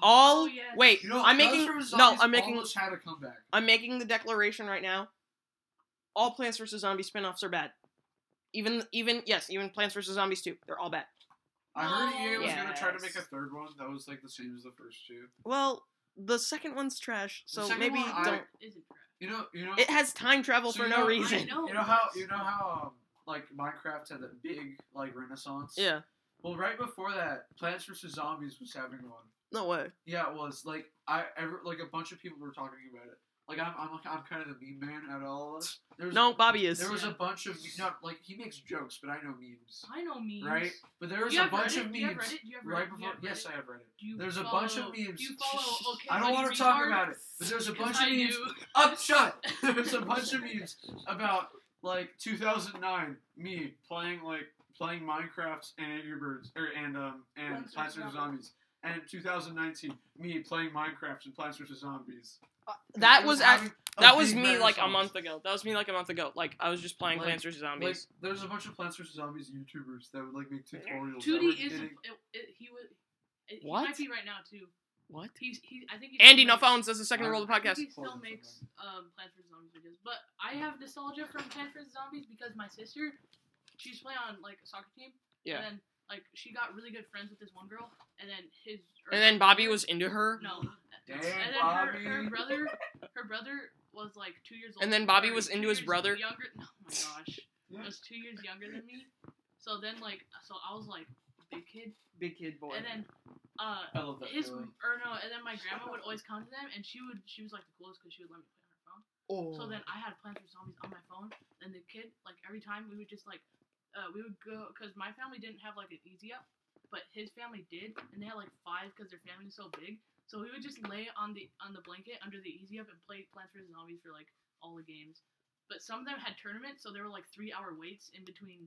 A: All
D: Oh, yes.
A: wait,
C: You know,
A: I'm
C: Plants
A: making
C: vs.
A: no,
C: Zombies
A: I'm making
C: almost had a comeback.
A: I'm making the declaration right now. All Plants vs Zombie spin-offs are bad. Even even yes, even Plants vs Zombies 2, they're all bad.
C: I heard EA was gonna try to
A: Yes.
C: make a third one that was like the same as the first two.
A: Well, the second one's trash,
C: The
A: so
C: second
A: maybe
C: one, I-
A: don't.
D: Isn't crap.
C: You know, you know.
A: It has time travel
C: So
A: for
C: you
A: no
C: know- I
A: reason.
D: know.
C: You know how you know how um, like Minecraft had that big like renaissance.
A: Yeah,
C: Well, right before that, Plants vs Zombies was having one.
A: no way.
C: Yeah, it was like I ever like a bunch of people were talking about it. Like I'm I'm, I'm kind of the meme man out of all of us. There was,
A: No, Bobby is.
C: There was a bunch of no like he makes jokes, but I know memes,
D: I know memes.
C: right? But there was
D: You
C: a
D: have
C: bunch
D: Reddit?
C: of
D: Do you have
C: memes
D: Reddit? Do you have
C: right
D: Reddit? Do you
C: before.
D: have
C: Yes,
D: Reddit?
C: I have read it.
D: Do you
C: There's a bunch of
D: follow-
C: memes.
D: Do you follow? Okay,
C: I don't
D: want to
C: talk about it, but there's a bunch of memes up shut. There's a bunch of memes about like 2009 me playing like playing Minecraft and Angry Birds or and um and
B: Plants
C: Plants
B: vs.
C: vs Zombies. And 2019, me playing Minecraft and Plants vs Zombies.
A: that
C: It
A: was act-
C: having a
A: that was
C: big
A: me like a
C: renaissance.
A: month ago. That was me like a month ago. Like I was just playing
C: Like-
A: Plants vs Zombies.
C: Like, there's a bunch of Plants vs Zombies YouTubers that would like make tutorials.
D: Two D
C: that were
D: is a,
C: getting-
D: it, it, he was. It,
A: What?
D: He might be right now too.
A: what?
D: He's he. I think. He's
A: Andy, no phones. That's the second
C: Uh,
A: rule of the
D: I think
A: podcast.
D: he still makes um, Plants vs Zombies videos, but I have nostalgia from Plants vs Zombies because my sister, she's playing on like a soccer team.
A: Yeah.
D: And then like she got really good friends with this one girl, and then his.
A: And then Bobby was into her.
D: No.
C: Damn,
D: and then
C: Bobby.
D: Her, her brother, her brother was like two years old.
A: And then Bobby
D: or
A: was
D: two
A: into his
D: years
A: brother.
D: Younger. Oh my gosh. was two years younger than me. So then like so I was like big kid,
A: Big kid boy.
D: and then uh
C: I love that.
D: his
C: feeling.
D: or no, and then my grandma would always come to them, and she would she was like the coolest because she would let me play on her phone.
A: oh.
D: So then I had Plants vs Zombies on my phone, and the kid like every time we would just like uh, we would go because my family didn't have like an easy up, but his family did, and they had like five because their family's so big. So we would just lay on the on the blanket under the easy up and play Plants vs Zombies for like all the games. But some of them had tournaments, so there were like three hour waits in between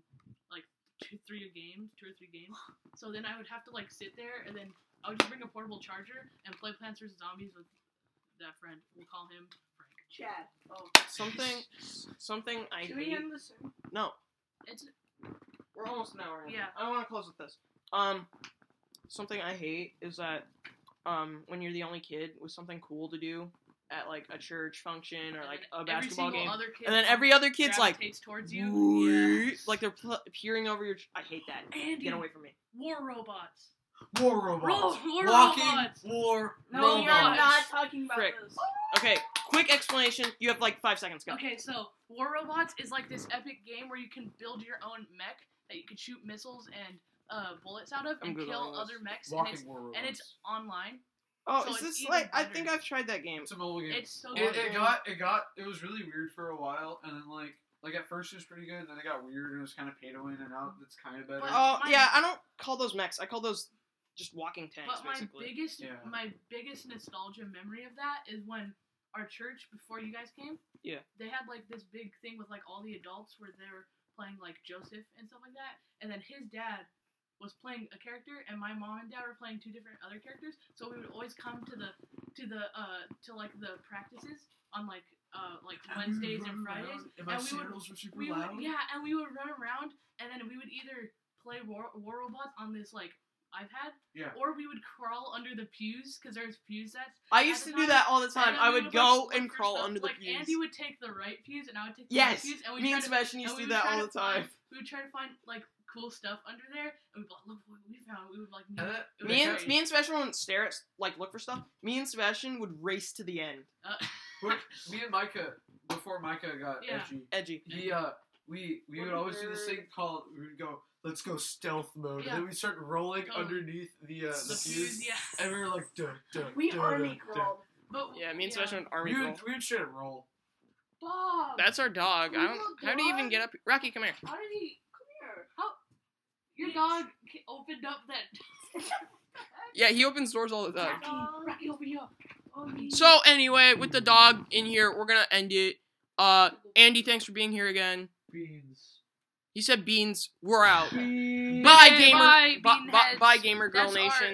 D: like two three games, two or three games. So then I would have to like sit there, and then I would just bring a portable charger and play Plants vs Zombies with that friend. We'll call him Frank.
B: Chad. Oh.
A: something, something I
B: Should we
A: hate.
B: end this soon?
A: No,
D: It's
A: we're almost an hour. in.
D: Yeah.
A: I want to close with this. Um, something I hate is that, um, when you're the only kid with something cool to do at like a church function or like a
D: every
A: basketball
D: single
A: game,
D: Other kid
A: and then every other kid's like,
D: gravitates towards you.
A: "Wee," like they're pl- peering over your. Ch- I hate that.
D: And
A: Get
D: you-
A: away from me.
D: War robots.
C: War robots.
D: Ro- war
C: Walking
D: robots.
C: war
B: No, we are
C: robots.
B: not talking about
A: Frick.
B: this.
A: Okay, quick explanation. You have like five seconds. Go.
D: Okay, so War Robots is like this epic game where you can build your own mech that you can shoot missiles and uh, bullets out of
A: I'm
D: and
A: Googling
D: kill
A: this.
D: other mechs, and it's
C: Walking war robots.
D: and it's online.
A: Oh,
D: So
A: is
D: it's
A: this
D: even
A: like? I
D: better.
A: think I've tried that game.
C: It's a mobile game.
D: It's so
C: It,
D: good.
C: it got it got it was really weird for a while, and then like like at first it was pretty good, and then it got weird and it was kind of pay to win, and now it's kind of better.
D: But-
A: Oh
D: my-
A: yeah, I don't call those mechs. I call those just walking tanks,
D: But my
A: basically.
D: biggest,
C: Yeah.
D: my biggest nostalgia memory of that is when our church before you guys came.
A: Yeah.
D: They had like this big thing with like all the adults where they were playing like Joseph and stuff like that, and then his dad was playing a character, and my mom and dad were playing two different other characters. So we would always come to the to the uh to like the practices on like uh like Wednesdays and Fridays.
C: And my
D: and we would-
C: sandals were super
D: We
C: loud.
D: would, yeah, and we would run around, and then we would either play War, War Robots on this like iPad,
C: Yeah.
D: or we would crawl under the pews because there's pew sets.
A: I used to do that all the time.
D: And then
A: I
D: we
A: would
D: like,
A: go
D: look
A: and
D: for
A: crawl
D: stuff.
A: under the
D: like,
A: pews.
D: Andy would take the right pews, and I would take the
A: Yes,
D: left pews, and we'd
A: me
D: try
A: and
D: to
A: Sebastian used
D: and
A: to do
D: we would
A: that
D: try
A: all
D: to
A: the time.
D: find- we would try to find like cool stuff under there, and we'd be like, look what we found. We would like
C: And
D: it
C: that-
D: was
A: Me and
D: great.
A: me and Sebastian wouldn't stare at like look for stuff. Me and Sebastian would race to the end.
D: Uh,
C: But me and Micah, before Micah got
D: Yeah.
C: edgy,
A: Edgy.
C: he, uh, we we would
K: What a
C: always do this
K: nerd.
C: thing called we would go let's go stealth mode,
D: Yeah.
C: and then we start rolling
D: Totally.
C: underneath the uh,
D: the
C: the
D: pews,
C: pews,
D: yeah.
C: and we were like dun dun.
B: We
C: dun,
B: army
C: dun,
B: crawled.
D: But
A: Yeah, me and
D: yeah.
A: Sebastian would
C: dun.
A: army
C: We
A: roll.
C: would, we would straight up roll.
D: Bob,
A: That's our dog. I don't.
D: Little
A: How do you even
D: dog.
A: get up? here? Rocky, come here.
D: how did he?
B: Come here.
D: Your dog k- opened up that.
A: Yeah, he opens doors all the time.
D: Dog.
B: Rocky over here. Oh, he-
A: So anyway, with the dog in here, we're gonna end it. Uh, Andy, thanks for being here again.
C: Beans.
A: He said beans. We're out.
C: Beans.
A: Bye,
D: Okay,
A: gamer.
D: bye,
A: Bye,
D: bean
A: bye,
D: heads.
A: bye, gamer girl
D: That's art.
A: nation.